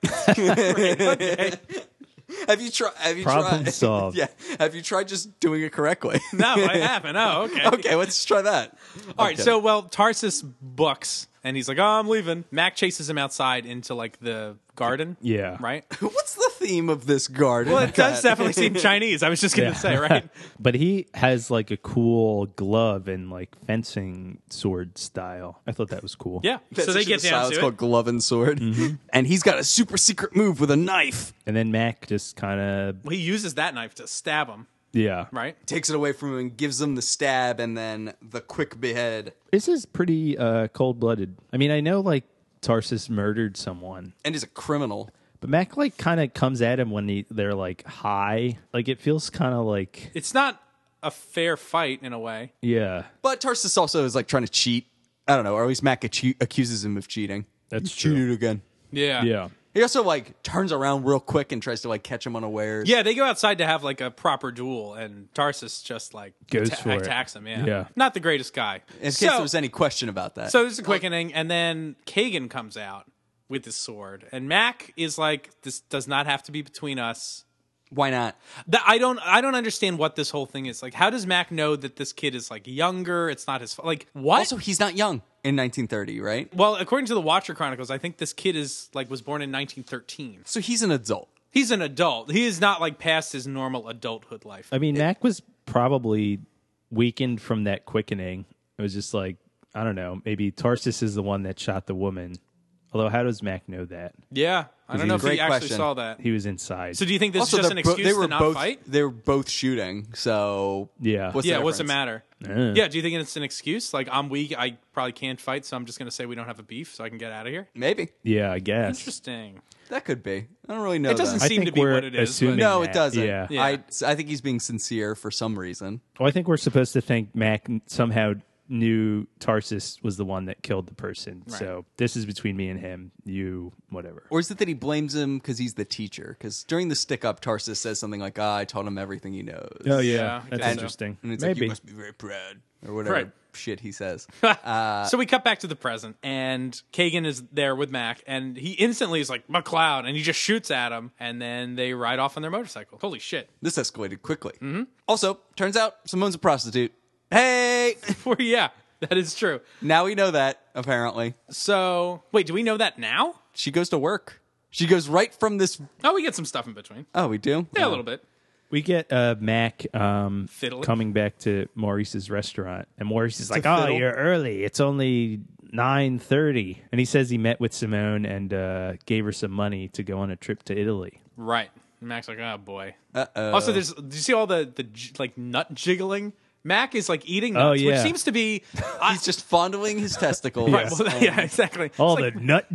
S5: Have you tried? Have you
S6: Problem
S5: tried?
S6: solved.
S5: yeah. Have you tried just doing it correctly?
S4: No, I haven't. Oh, okay.
S5: okay, let's try that.
S4: All right, so well, Tarsus books and he's like, "Oh, I'm leaving." Mac chases him outside into like the garden.
S6: Yeah.
S4: right.
S5: What's the theme of this garden?
S4: Well, it does
S5: Cut.
S4: definitely seem Chinese. I was just gonna say, right?
S6: but he has like a cool glove and like fencing sword style. I thought that was cool.
S4: Yeah.
S5: That's
S4: so they
S5: actually
S4: get
S5: the
S4: down
S5: style.
S4: to it.
S5: It's
S4: Mm-hmm.
S5: called glove and sword, and he's got a super secret move with a knife.
S6: And then Mac just kind of
S4: He uses that knife to stab him.
S6: yeah.
S4: Right.
S5: Takes it away from him, and gives him the stab, and then the quick behead.
S6: This is pretty uh, cold blooded. I mean, I know like Tarsus murdered someone,
S5: And is a criminal.
S6: but Mac like kind of comes at him when he, they're like high. Like it feels kind of like
S4: It's not a fair fight in a way.
S6: yeah.
S5: But Tarsus also is like trying to cheat. I don't know, or at least Mac acu- accuses him of cheating.
S6: That's
S5: Cheated
S6: true.
S5: again.
S4: Yeah.
S6: Yeah.
S5: He also like turns around real quick and tries to like catch him unawares.
S4: Yeah, they go outside to have like a proper duel, and Tarsus just like
S6: Goes
S4: atta-
S6: for it.
S4: attacks him. Yeah.
S6: Yeah.
S4: not the greatest guy.
S5: In case
S4: so,
S5: there was any Oh. question about that.
S4: so there's a quickening, and then Kagan comes out with his sword, and Mac is like, "This does not have to be between us."
S5: why not?
S4: That I don't, I don't understand what this whole thing is like. How does Mac know that this kid is like younger? It's not his fa- like what?
S5: Also, he's not young in 1930, right?
S4: well, according to the Watcher Chronicles, I think this kid is like was born in 1913.
S5: So he's an adult.
S4: He's an adult. He is not like past his normal adulthood life.
S6: I mean, Mac was probably weakened from that quickening. It was just like I don't know. Maybe Tarsus is the one that shot the woman. Although, how does Mac know that
S4: Yeah, I don't know if
S5: Great
S4: he actually
S5: question.
S4: saw that.
S6: he was inside?
S4: So do you think this
S5: also,
S4: is just an
S5: they're bo-
S4: excuse
S5: they were
S4: to not
S5: both
S4: fight?
S5: they were both shooting. So
S6: Yeah.
S5: what's
S4: Yeah,
S5: the
S4: what's the
S5: difference?
S4: matter? Yeah, do you think it's an excuse? Like I'm weak, I probably can't fight, so I'm just gonna say we don't have a beef, so I can get out of here.
S5: Maybe
S6: yeah, I guess.
S4: Interesting.
S5: that could be. I don't really know.
S4: It doesn't
S5: that.
S6: I
S4: seem to
S6: think
S4: be
S6: we're
S4: what it is. But
S6: assuming-
S5: no,
S6: that.
S5: it doesn't.
S6: Yeah.
S4: Yeah.
S5: I I think he's being sincere for some reason.
S6: Well, I think we're supposed to think Mac somehow knew Tarsus was the one that killed the person. So this is between me and him. You, whatever.
S5: Or is it that he blames him because he's the teacher? Because during the stick up, Tarsus says something like, ah, "I taught him everything he knows."
S6: Oh yeah,
S4: Yeah, I
S6: that's
S4: guess so.
S6: interesting.
S5: and it's like
S6: Maybe
S5: you must be very proud or whatever
S4: Right.
S5: shit he says. Uh,
S4: so we cut back to the present, and Kagan is there with Mac, and he instantly is like McCloud, and he just shoots at him, and then they ride off on their motorcycle. Holy shit!
S5: this escalated quickly.
S4: Mm-hmm.
S5: Also, turns out Simone's a prostitute. Hey,
S4: Well, yeah, that is true.
S5: now we know that. Apparently,
S4: So wait, do we know that now?
S5: she goes to work. She goes right from this.
S4: Oh, we get some stuff in between.
S5: Oh, we do.
S4: Yeah, a little bit.
S6: we get uh, Mac um,
S4: Fiddling.
S6: coming back to Maurice's restaurant, and Maurice is like, "Oh,
S5: fiddle.
S6: you're early. It's only 9.30. and he says he met with Simone and uh, gave her some money to go on a trip to Italy.
S4: Right. And Mac's like, oh boy. Uh oh. Also, there's. Do you see all the the j- like nut jiggling? Mac is like eating nuts,
S6: Oh,
S4: which
S6: yeah.
S4: seems to be. I,
S5: He's just fondling his testicles. Oh.
S4: right, well, yeah, exactly.
S6: All
S4: it's like,
S6: the nut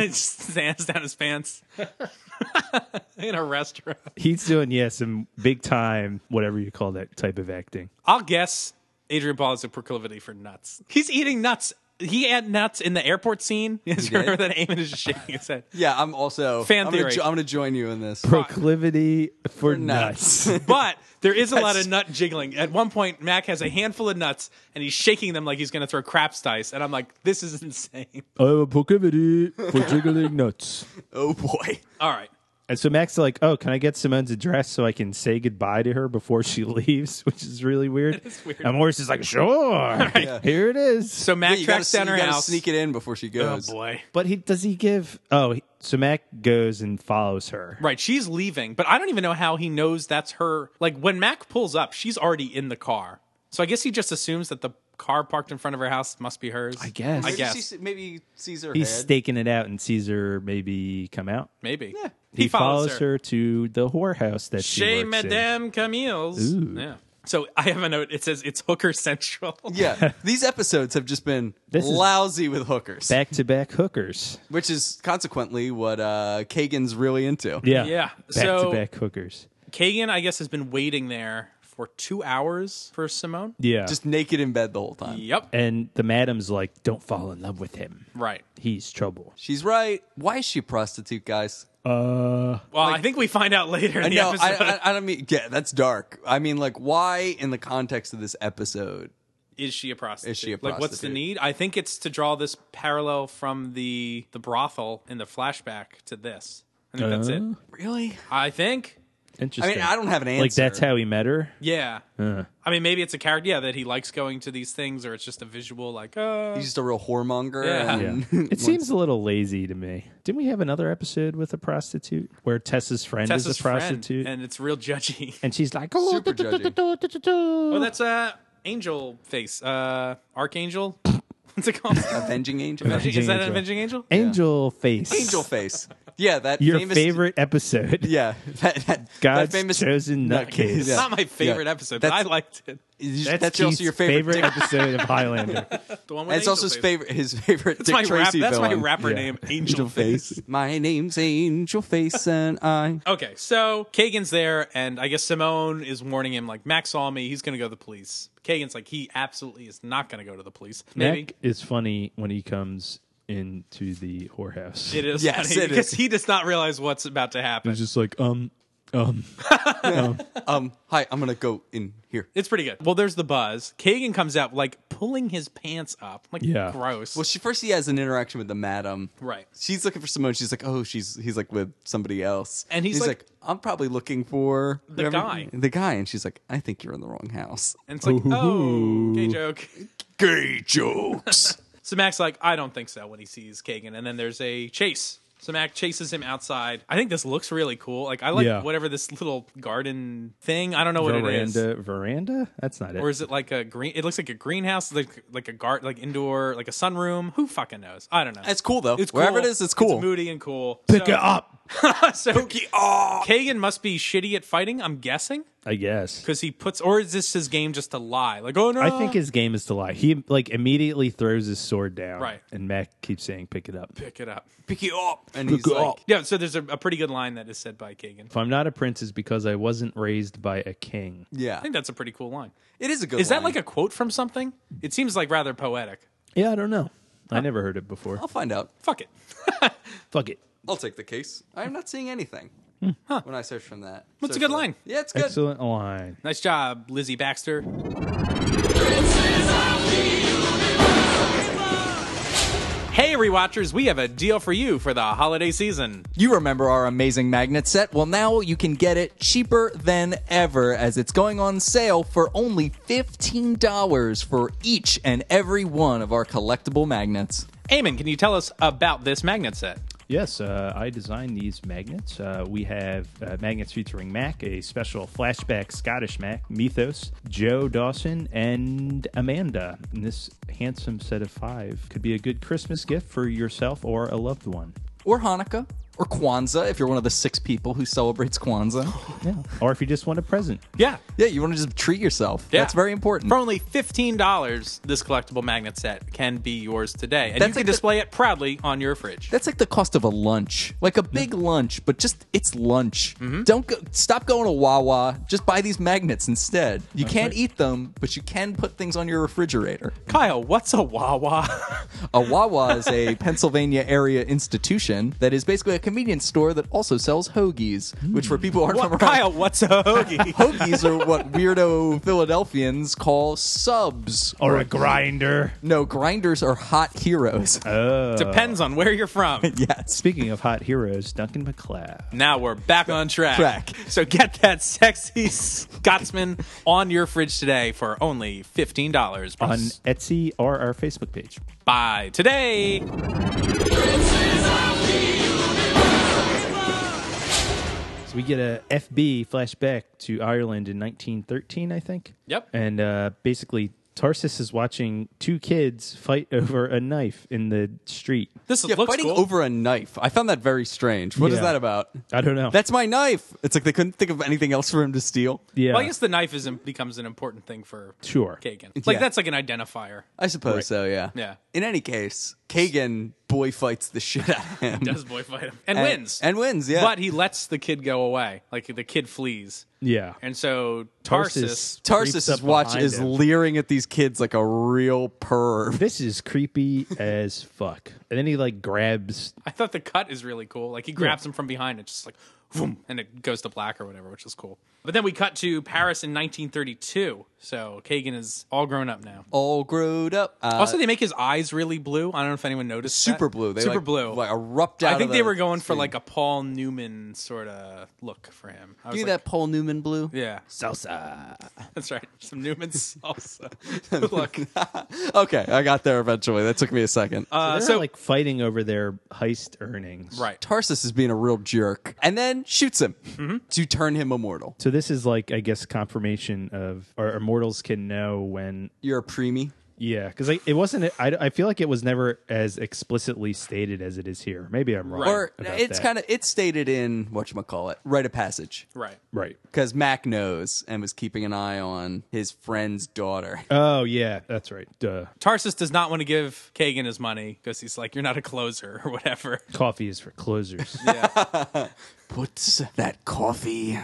S4: it just stands down his pants in a restaurant.
S6: He's doing yeah some big time whatever you call that type of acting.
S4: I'll guess Adrian Paul has a proclivity for nuts. He's eating nuts. He had nuts in the airport scene. You guys
S5: did?
S4: remember that Eamon is just shaking his head.
S5: Yeah, I'm also
S4: Fan
S5: I'm gonna
S4: theory.
S5: jo- I'm going to join you in this.
S6: Proclivity for
S5: nuts.
S6: nuts.
S4: But there is a lot of nut jiggling. At one point, Mac has a handful of nuts and he's shaking them like he's going to throw craps dice. And I'm like, this is insane.
S6: I have a Oh, proclivity for jiggling nuts.
S5: Oh boy.
S4: All right.
S6: And so Mac's like, "Oh, can I get Simone's address so I can say goodbye to her before she leaves?" Which is really weird.
S4: is weird.
S6: And Morris is like, "Sure, here it is."
S4: So Mac
S5: Yeah, you gotta,
S4: tracks
S5: sne-
S4: down
S5: you
S4: her
S5: gotta
S4: house.
S5: sneak it in before she
S4: oh
S5: goes.
S4: boy!
S6: but he does he give? Oh, he- so Mac goes and follows her.
S4: Right, she's leaving, but I don't even know how he knows that's her. Like when Mac pulls up, she's already in the car. So I guess he just assumes that the car parked in front of her house must be hers. I
S6: guess.
S4: I
S5: Maybe,
S4: guess.
S5: she- maybe he sees her
S6: He's
S5: head.
S6: staking it out and sees her maybe come out.
S4: Maybe. Yeah.
S6: He, follows, her. to the whorehouse that
S4: Chez
S6: she works in.
S4: Madame Camille's. Yeah. So I have a note. It says it's hooker central.
S5: yeah, these episodes have just been
S6: This is-
S5: lousy with hookers,
S6: Back to back hookers.
S5: which is consequently what uh, Kagan's really into.
S6: Yeah,
S4: Yeah.
S6: Back
S4: So-
S6: to back hookers.
S4: Kagan, I guess, has been waiting there for two hours for Simone.
S6: Yeah.
S5: Just naked in bed the whole time.
S4: Yep.
S6: and the madam's like, "Don't fall in love with him.
S4: Right.
S6: He's trouble."
S5: She's right. Why is she a prostitute, guys?
S6: Uh,
S4: Well, I think we find out later in the
S5: no, I,
S4: episode.
S5: I, I don't mean. Yeah, that's dark. I mean, like, why in the context of this episode?
S4: is she a prostitute?
S5: Is she a
S4: Like, what's the
S5: prostitute?
S4: need? I think it's to draw this parallel from the
S5: Uh.
S4: the brothel in the flashback to this. I think that's it.
S5: Really?
S4: I think
S6: Interesting.
S5: I mean, I don't have an answer.
S6: Like that's how he met her.
S4: Yeah.
S5: Uh.
S4: I mean, maybe it's a character, yeah, that he likes going to these things, or it's just a visual, like, uh,
S5: He's just a real whoremonger.
S4: Yeah.
S5: And
S6: It seems a little lazy to me. Didn't we have another episode with a prostitute where Tessa's friend
S4: Tessa's
S6: is a prostitute
S4: friend, and it's real judgy.
S6: and she's like, oh,
S5: Super
S6: du- du-
S5: judgy.
S6: du- du- du- du."
S4: Oh, that's uh, Angel Face, uh, Archangel. What's it called?
S5: avenging angel.
S4: Is that an
S6: Angel.
S4: Avenging Angel?
S6: Angel face.
S5: angel face. Yeah, that
S6: Your
S5: famous,
S6: favorite episode.
S5: Yeah, that, that
S6: God's
S5: that famous
S6: chosen nutcase.
S4: It's
S5: Yeah.
S4: not my favorite
S5: Yeah.
S4: episode, but
S5: That's-
S4: I liked it.
S5: That's,
S6: That's,
S5: also
S6: Keith's
S5: your favorite. dick-
S6: episode of Highlander.
S4: The one with
S5: and it's
S4: Angel
S5: also his
S4: Face.
S5: favorite. His favorite.
S4: That's
S5: Dick
S4: my rap.
S5: Tracy
S4: That's my
S5: villain.
S4: rapper
S6: Yeah.
S4: name, Angel Face.
S5: My name's Angel Face, and I.
S4: Okay, so Kagan's there, and I guess Simone is warning him, like, Max saw me, he's gonna go to the police. Kagan's like, he absolutely is not gonna go to the police. Maybe
S6: Mac is funny when he comes into the whorehouse.
S4: it is
S5: Yes,
S4: funny
S5: it
S4: because
S5: is.
S4: he does not realize what's about to happen.
S6: It's just like, um, um,
S5: Um, hi, I'm gonna go in here.
S4: It's pretty good. Well, there's the buzz. Kagan comes out like pulling his pants up. Like
S6: Yeah.
S4: gross.
S5: Well, she first he has an interaction with the madam.
S4: Right.
S5: She's looking for Simone. She's like, oh, she's he's like with somebody else.
S4: And he's like-
S5: I'm probably looking for the
S4: guy.
S5: The guy, and she's like, I think you're in the wrong house.
S4: and it's like, oh, gay joke.
S5: Gay jokes.
S4: So Mac's like, I don't think so when he sees Kagan. And then there's a chase. So Mac chases him outside. I think this looks really cool. Like I like
S6: Yeah.
S4: whatever this little garden thing. I don't know what it is.
S6: veranda, veranda. That's not it.
S4: or is it like a green? It looks like a greenhouse, like like a guard, like indoor, like a sunroom. Who fucking knows? I don't know.
S5: It's cool though.
S4: It's
S5: Wherever
S4: cool.
S5: it is, it's cool.
S4: moody and cool.
S6: Pick
S4: so,
S6: it up,
S4: So Kagan must be shitty at fighting. I'm guessing
S6: I guess.
S4: because he puts, or is this his game just to lie? Like, oh no,
S6: I think his game is to lie. He like immediately throws his sword down,
S4: Right.
S6: And Mac keeps saying, "Pick it up."
S4: pick it up.
S5: Pick you up. And he's like,
S4: Yeah. So there's a, a pretty good line that is said by Kagan.
S6: If I'm not a prince, it's because I wasn't raised by a king.
S5: yeah.
S4: I think that's a pretty cool line.
S5: It is a good
S4: Is that
S5: line.
S4: like a quote from something? It seems like rather poetic.
S6: Yeah, I don't know. Oh. I never heard it before.
S5: I'll find out.
S4: Fuck it.
S6: Fuck it.
S5: I'll take the case. I'm not seeing anything when I search from that.
S4: What's Hmm, a
S5: Search
S4: good
S5: for that.
S4: line?
S5: Yeah, it's good.
S6: Excellent line.
S4: Nice job, Lizzie Baxter. Hey, rewatchers, we have a deal for you for the holiday season.
S5: You remember our amazing magnet set? Well, now you can get it cheaper than ever as it's going on sale for only $15 for each and every one of our collectible magnets.
S4: Eamon, can you tell us about this magnet set?
S6: Yes, uh, I designed these magnets. Uh, we have uh, magnets featuring Mac, a special flashback Scottish Mac, Mythos, Joe Dawson, and Amanda. And this handsome set of five could be a good Christmas gift for yourself or a loved one.
S5: Or Hanukkah, or Kwanzaa if you're one of the six people who celebrates Kwanzaa.
S6: Yeah. Or if you just want a present.
S4: Yeah.
S5: Yeah, you want to just treat yourself.
S4: Yeah.
S5: That's very important.
S4: For only $15, this collectible magnet set can be yours today. And
S5: That's
S4: you can
S5: like the-
S4: display it proudly on your fridge.
S5: That's like the cost of a lunch, like a big lunch, but just it's lunch.
S4: Mm-hmm.
S5: Don't go, stop going to Wawa. Just buy these magnets instead. You can't eat them, but you can put things on your refrigerator.
S4: Kyle, what's a Wawa?
S5: A Wawa is a Pennsylvania area institution that is basically a convenience store that also sells hoagies, which for people who aren't from
S4: What,
S5: around,
S4: Kyle, what's a hoagie?
S5: hoagies are what weirdo Philadelphians call subs.
S6: Or a grinder.
S5: No, grinders are hot heroes.
S4: Uh, Depends on where you're from.
S5: yes.
S6: Speaking of hot heroes, Duncan McLeod.
S4: Now we're back on track.
S5: Track.
S4: So get that sexy Scotsman on your fridge today for only fifteen dollars.
S6: On Etsy or our Facebook page.
S4: Bye today.
S6: So we get a FB flashback to Ireland in 1913, I think.
S4: Yep.
S6: And uh, basically, Tarsus is watching two kids fight over a knife in the street.
S4: This
S5: Yeah,
S4: looks
S5: fighting
S4: cool.
S5: over a knife. I found that very strange. What is
S6: Yeah.
S5: that about?
S6: I don't know.
S5: That's my knife. It's like they couldn't think of anything else for him to steal.
S6: yeah.
S4: Well, I guess the knife is becomes an important thing for
S6: Sure.
S4: Kagan. Like
S5: Yeah.
S4: that's like an identifier.
S5: I suppose so, yeah.
S4: Yeah.
S5: In any case, Kagan boy fights the shit out of him.
S4: Does boy fight him and,
S5: And-
S4: wins
S5: And wins, yeah.
S4: But he lets the kid go away. Like the kid flees,
S6: yeah.
S4: and so Tarsus.
S5: Tarsus
S6: creeps
S5: is
S6: up
S5: watch
S6: behind
S5: is
S6: him.
S5: leering at these kids like a real perv.
S6: This is creepy as fuck. And then he like grabs.
S4: I thought the cut is really cool. Like he grabs him from behind and just like, vroom, and it goes to black or whatever, which is cool. But then we cut to Paris in 1932, so Kagan is all grown up now.
S5: All growed up. Uh,
S4: also, they make his eyes really blue. I don't know if anyone noticed. that.
S5: super blue. They
S4: super
S5: like,
S4: blue.
S5: Like erupt out
S4: I think
S5: of
S4: they
S5: the
S4: were going for
S5: screen.
S4: like a Paul Newman sort of look for him. I was
S5: Do
S4: like,
S5: that Paul Newman blue.
S4: Yeah,
S5: Salsa.
S4: that's right. Some Newman salsa. look,
S5: Okay, I got there eventually. That took me a second.
S4: uh,
S6: They're
S4: so
S6: like fighting over their heist earnings.
S4: right.
S5: Tarsus is being a real jerk and then shoots him to turn him immortal.
S6: So this is like I guess confirmation of our immortals can know when
S5: You're a preemie.
S6: yeah because like, it wasn't I, I feel like it was never as explicitly stated as it is here. Maybe I'm wrong.
S4: Right.
S5: Or
S6: about
S5: it's
S6: that.
S5: kind of it's stated in whatchamacallit, rite of passage.
S4: Right.
S6: right.
S5: Because Mac knows and was keeping an eye on his friend's daughter.
S4: Uh,
S6: Oh yeah, that's right. Duh.
S4: Tarsus does not want to give Kagan his money because he's like, you're not a closer or whatever.
S6: Coffee is for closers.
S5: Puts that coffee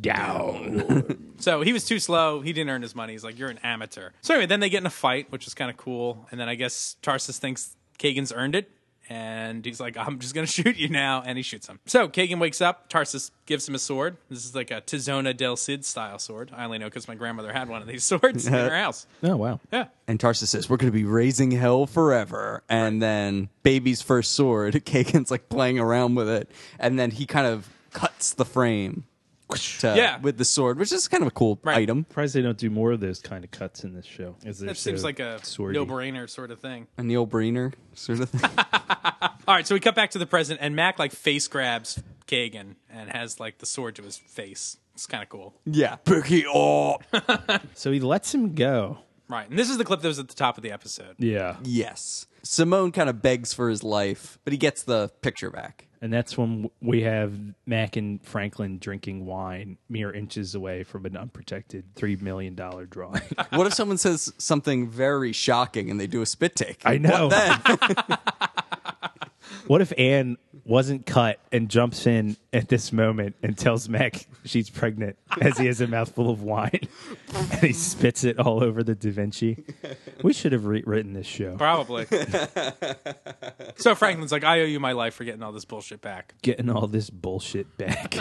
S5: down.
S4: So he was too slow. He didn't earn his money. He's like, you're an amateur. So anyway, then they get in a fight, which is kind of cool. And then I guess Tarsus thinks Kagan's earned it. And he's like, I'm just going to shoot you now. And he shoots him. So Kagan wakes up. Tarsus gives him a sword. This is like a Tizona del Cid style sword. I only know because my grandmother had one of these swords in her house.
S6: oh wow.
S4: Yeah.
S5: and Tarsus says, We're going to be raising hell forever. And then, baby's first sword, Kagan's like playing around with it. And then he kind of cuts the frame to,
S4: Yeah.
S5: with the sword, which is kind of a cool
S4: Right.
S5: item.
S6: Surprised they don't do more of those kind of cuts in this show. As
S4: That seems like a no brainer sort of thing.
S5: A Neil Breener sort of thing.
S4: All right, so we cut back to the present, and Mac like face grabs Kagan and has like the sword to his face. It's kind of cool,
S5: yeah. Pick it up.
S6: So he lets him go.
S4: right? And this is the clip that was at the top of the episode.
S6: Yeah.
S5: Yes. Simone kind of begs for his life, but he gets the picture back.
S6: And that's when we have Mac and Franklin drinking wine mere inches away from an unprotected $3 million drawing.
S5: What if someone says something very shocking and they do a spit take?
S6: I know.
S5: What then?
S6: what if Anne wasn't cut and jumps in at this moment and tells Mac she's pregnant as he has a mouthful of wine and he spits it all over the Da Vinci? We should have rewritten this show.
S4: Probably. so Franklin's like, I owe you my life for getting all this bullshit back.
S6: Getting all this bullshit back.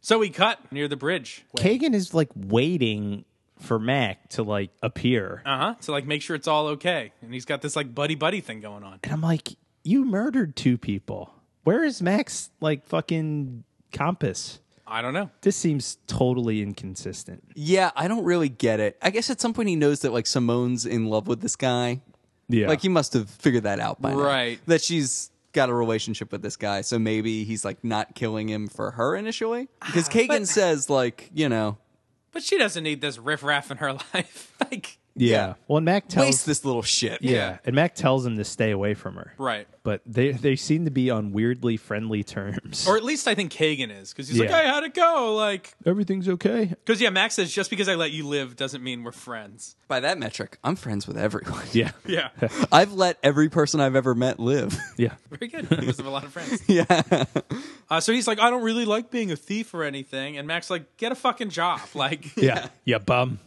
S4: So we cut near the bridge.
S6: Kagan is like waiting for Mac to like appear.
S4: Uh huh. To like make sure it's all okay. And he's got this like buddy buddy thing going on.
S6: And I'm like, you murdered two people. Where is Max like fucking compass?
S4: I don't know.
S6: This seems totally inconsistent.
S5: yeah, I don't really get it. I guess at some point he knows that like Simone's in love with this guy.
S6: Yeah.
S5: Like he must have figured that out by now.
S4: Right.
S5: That she's got a relationship with this guy, so maybe he's like not killing him for her initially.
S4: Ah,
S5: Because Kagan says like, you know,
S4: But she doesn't need this riffraff in her life. like,
S5: yeah,
S6: Well, and Mac tells
S5: waste this little shit.
S6: yeah. and Mac tells him to stay away from her.
S4: right.
S6: But they they seem to be on weirdly friendly terms.
S4: Or at least I think Kagan is because he's like,
S6: Yeah.
S4: hey, how'd it go? Like,
S6: everything's okay.
S4: because yeah, Max says just because I let you live doesn't mean we're friends.
S5: By that metric, I'm friends with everyone.
S6: Yeah.
S4: Yeah.
S5: I've let every person I've ever met live.
S6: Yeah.
S4: Very good. He must have a lot of friends. yeah. Uh, so he's like, I don't really like being a thief or anything. And Mac's like, get a fucking job. Like,
S6: Yeah. Yeah, bum.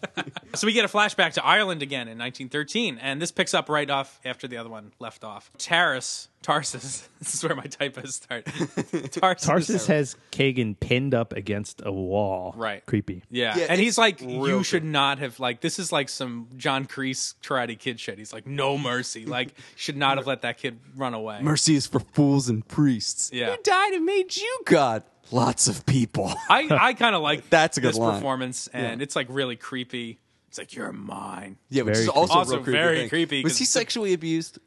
S4: so we get a flashback to Ireland again in 1913. And this picks up right off after the other one left off. Taris, Tarsus, this is where my typos start. Tarsus.
S6: Tarsus has Kagan pinned up against a wall.
S4: Right.
S6: Creepy.
S4: Yeah.
S5: Yeah,
S4: and
S5: it's
S4: he's like,
S5: real
S4: you
S5: good.
S4: should not have, like, this is like some John Kreese karate kid shit. He's like, no mercy. Like, should not have let that kid run away.
S5: Mercy is for fools and priests.
S4: Yeah.
S5: You died and made you God. Lots of people.
S4: I, I kind of like
S5: That's a good
S4: this
S5: line.
S4: performance, and it's like really creepy. It's like you're mine.
S5: Yeah, which
S6: Very
S5: is also, a
S4: Also
S5: real creepy
S4: very
S5: thing.
S4: creepy,
S5: Was
S4: 'cause
S5: he
S4: the-
S5: sexually abused?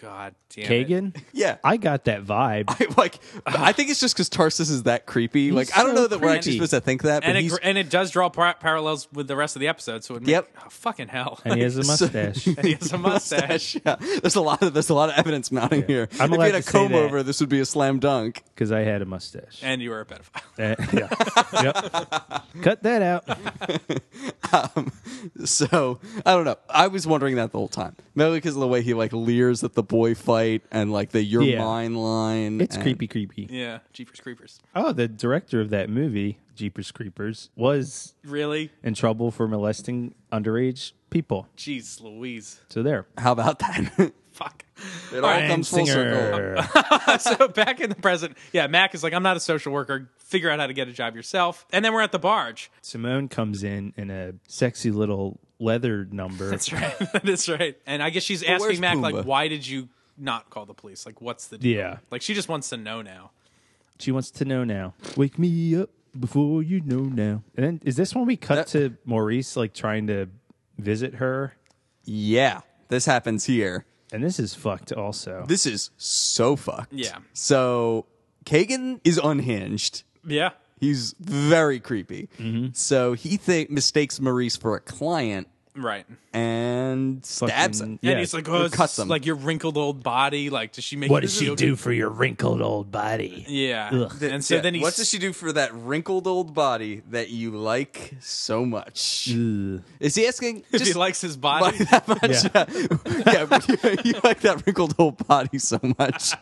S4: God damn. it.
S6: Kagan?
S5: Yeah.
S6: I got that vibe.
S5: like, I think it's just because Tarsus is that creepy. Like, I don't
S6: so
S5: know that we're actually
S6: creepy.
S5: supposed to think that, but
S4: and it,
S5: he's
S4: gr- and it does draw par- parallels with the rest of the episode, so it make,
S5: Yep.
S4: oh, fucking hell.
S6: And he has a
S5: So-
S6: mustache.
S4: he has a mustache.
S5: mustache. Yeah, there's a lot of there's a lot of evidence mounting here.
S6: I'm
S5: if you
S6: allowed
S5: had a
S6: to say
S5: comb
S6: that.
S5: over, this would be a slam dunk.
S6: Because I had a mustache.
S4: and you were a pedophile.
S6: Uh, yeah. yep. Cut that out.
S5: So I don't know. I was wondering that the whole time, mainly because of the way he like leers at the boy fight and like the "you're
S6: Yeah.
S5: mine" line.
S6: It's
S5: and-
S6: creepy, creepy.
S4: Yeah, Jeepers Creepers.
S6: Oh, the director of that movie, Jeepers Creepers, was
S4: Really?
S6: in trouble for molesting underage people.
S4: Jeez Louise.
S6: So there.
S5: How about that?
S4: Fuck.
S5: It all
S6: Brian
S5: comes full circle.
S6: Singer.
S4: so back in the present, yeah, Mac is like, I'm not a social worker. Figure out how to get a job yourself. And then we're at the barge.
S6: Simone comes in in a sexy little leather number.
S4: That's right. That's right. And I guess she's
S5: where's
S4: asking Mac,
S5: Pumbaa?
S4: like, why did you not call the police? Like, what's the deal?
S6: Yeah.
S4: Like, she just wants to know now.
S6: She wants to know now. Wake me up before you know now. And then is this when we cut to Maurice like trying to visit her?
S5: Yeah, this happens here.
S6: And this is fucked also.
S5: This is so fucked.
S4: Yeah.
S5: So Kagan is unhinged.
S4: Yeah.
S5: He's very creepy.
S4: Mm-hmm.
S5: So he th- mistakes Maurice for a client
S4: Right.
S5: and stabs
S6: Fucking-
S5: him.
S4: And
S6: Yeah,
S4: he's like,
S5: or
S4: oh, it's
S5: cuts
S4: just
S5: him.
S4: like your wrinkled old body. Like, does she make
S6: what
S4: you
S6: does she
S4: feel-
S6: do for your wrinkled old body?
S4: Yeah.
S6: Ugh.
S4: And so
S5: Yeah,
S4: then he
S5: what does she do for that wrinkled old body that you like so much? Mm-hmm. Is he asking?
S4: if he likes his body?
S5: like that much?
S6: Yeah.
S5: yeah, you, you like that wrinkled old body so much.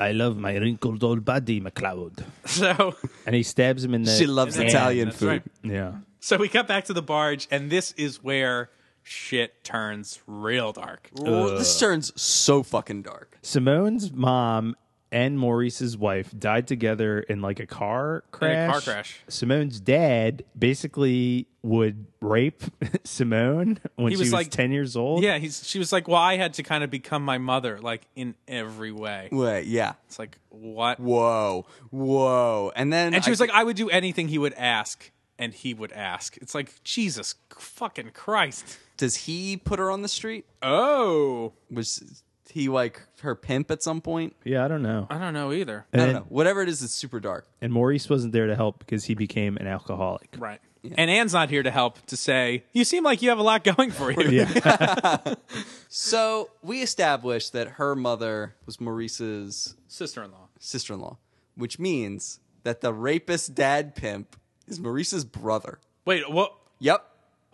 S6: I love my wrinkled old body, McLeod.
S4: so
S6: And he stabs him in the
S5: She loves
S6: hand.
S5: Italian
S4: That's
S5: food.
S4: right.
S6: Yeah.
S4: So we cut back to the barge, and this is where shit turns real dark.
S5: Well, this turns so fucking dark.
S6: Simone's mom and Maurice's wife died together in like a car
S4: In
S6: crash.
S4: a car crash.
S6: Simone's dad basically would rape Simone when
S4: He
S6: she
S4: was,
S6: was
S4: like-
S6: 10 years old.
S4: Yeah, he's she was like, Well, I had to kind of become my mother, like in every way.
S5: Wait, yeah.
S4: It's like, what?
S5: Whoa, whoa, and then
S4: And she
S5: I-
S4: was like, I would do anything he would ask, and he would ask. It's like, Jesus fucking Christ.
S5: "Does he put her on the street?
S4: Oh.
S5: Was he like her pimp at some point?
S6: Yeah, I don't know.
S4: I don't know either.
S5: I
S6: And-
S5: don't know. Whatever it is, it's super dark.
S6: And Maurice wasn't there to help because he became an alcoholic.
S4: Right. And Anne's not here to help to say, You seem like you have a lot going for you.
S5: So we established that her mother was Maurice's
S4: Sister in law.
S5: sister in law, which means that the rapist dad pimp is Maurice's brother.
S4: Wait, what
S5: Yep.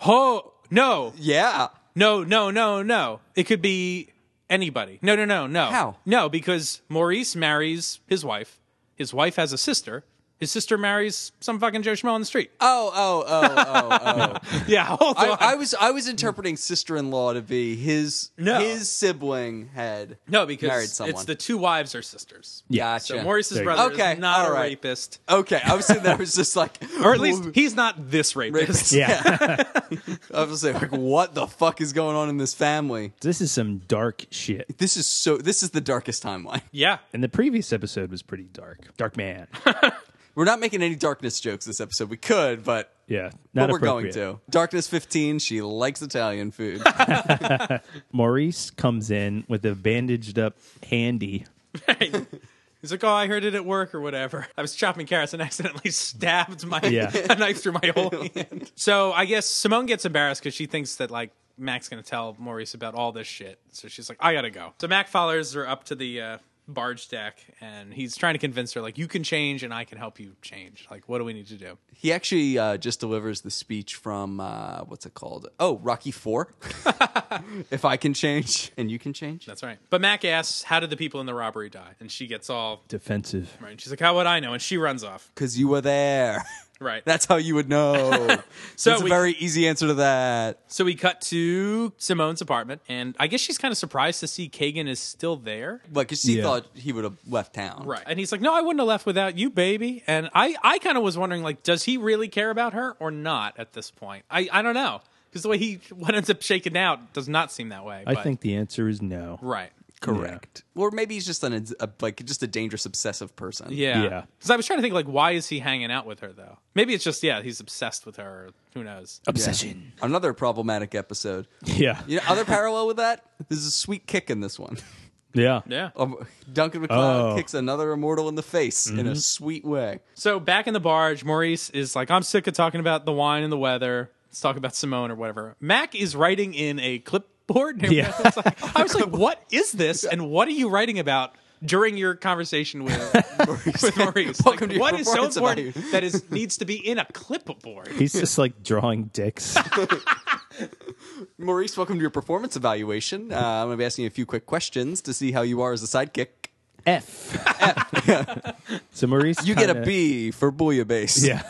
S4: oh no.
S5: Yeah.
S4: No, no, no, no. It could be anybody. No, no, no, no.
S5: How?
S4: No, because Maurice marries his wife. His wife has a sister. His sister marries some fucking Joe Schmo on the street.
S5: Oh, oh, oh, oh, oh.
S4: yeah, hold on.
S5: I, I was I was interpreting sister in law to be his
S4: No.
S5: his sibling had
S4: no, because
S5: married someone.
S4: it's the two wives are sisters.
S5: gotcha.
S4: So Maurice's
S6: There you go.
S4: brother
S5: Okay,
S4: is not
S5: all
S4: a
S5: right.
S4: rapist.
S5: Okay, I was sitting there. I was just like,
S4: Or at least he's not this rapist.
S5: rapist.
S6: Yeah.
S5: I was like, like, what the fuck is going on in this family?
S6: this is some dark shit.
S5: This is so. This is the darkest timeline.
S4: Yeah.
S6: And the previous episode was pretty dark. Dark man.
S5: We're not making any darkness jokes this episode. We could, but
S6: Yeah.
S5: but
S6: Not
S5: we're going
S6: appropriate.
S5: to darkness fifteen. She likes Italian food.
S6: Maurice comes in with a bandaged up handy.
S4: He's like, oh, I heard it at work or whatever. I was chopping carrots and accidentally stabbed my
S6: Yeah.
S4: a knife through my whole hand. So I guess Simone gets embarrassed because she thinks that like Mac's gonna tell Maurice about all this shit. So she's like, I gotta go. So Mac follows her up to the uh, barge deck and he's trying to convince her like, you can change and I can help you change. Like, what do we need to do?
S5: He actually uh, just delivers the speech from uh, what's it called? Oh, Rocky Four. if I can change and you can change,
S4: That's right. But Mac asks, how did the people in the robbery die? And she gets all
S6: Defensive.
S4: right. And she's like, how would I know? And she runs off.
S5: because you were there.
S4: Right.
S5: That's how you would know. so
S4: So
S5: it's a
S4: we-
S5: very easy answer to that.
S4: So we cut to Simone's apartment, and I guess she's kind of surprised to see Kagan is still there.
S5: Like, 'cause she
S6: Yeah.
S5: thought he would have left town.
S4: Right. And he's like, No, I wouldn't have left without you, baby. And I, I kind of was wondering, like, does he really care about her or not at this point? I, I don't know. Because the way he what ends up shaking out does not seem that way.
S6: I
S4: but-
S6: think the answer is no.
S4: Right.
S5: Correct. Or maybe he's just an a, like just a dangerous obsessive person.
S4: Yeah.
S6: Yeah.
S4: Because I was trying to think, like, why is he hanging out with her, though? Maybe it's just, yeah, he's obsessed with her. Who knows?
S6: Obsession.
S5: Another problematic episode.
S6: Yeah.
S5: You know, other parallel with that. There's a sweet kick in this one.
S6: Yeah.
S4: Yeah.
S5: Um, Duncan McLeod
S6: Oh.
S5: kicks another immortal in the face in
S4: Mm-hmm.
S5: a sweet way.
S4: So back in the barge, Maurice is like, I'm sick of talking about the wine and the weather. Let's talk about Simone or whatever. Mac is writing in a clipboard.
S6: Yeah.
S4: It's like- I was like, what is this? And what are you writing about? During your conversation with Maurice, with Maurice. Like,
S5: Welcome to your
S4: what is so
S5: performance
S4: important
S5: evaluation.
S4: that is needs to be in a clipboard?
S6: He's just like drawing dicks.
S5: Maurice, welcome to your performance evaluation. Uh, I'm going to be asking you a few quick questions to see how you are as a sidekick.
S6: F. so Maurice,
S5: You get a
S6: kinda-
S5: B for bouillabaisse.
S6: Yeah.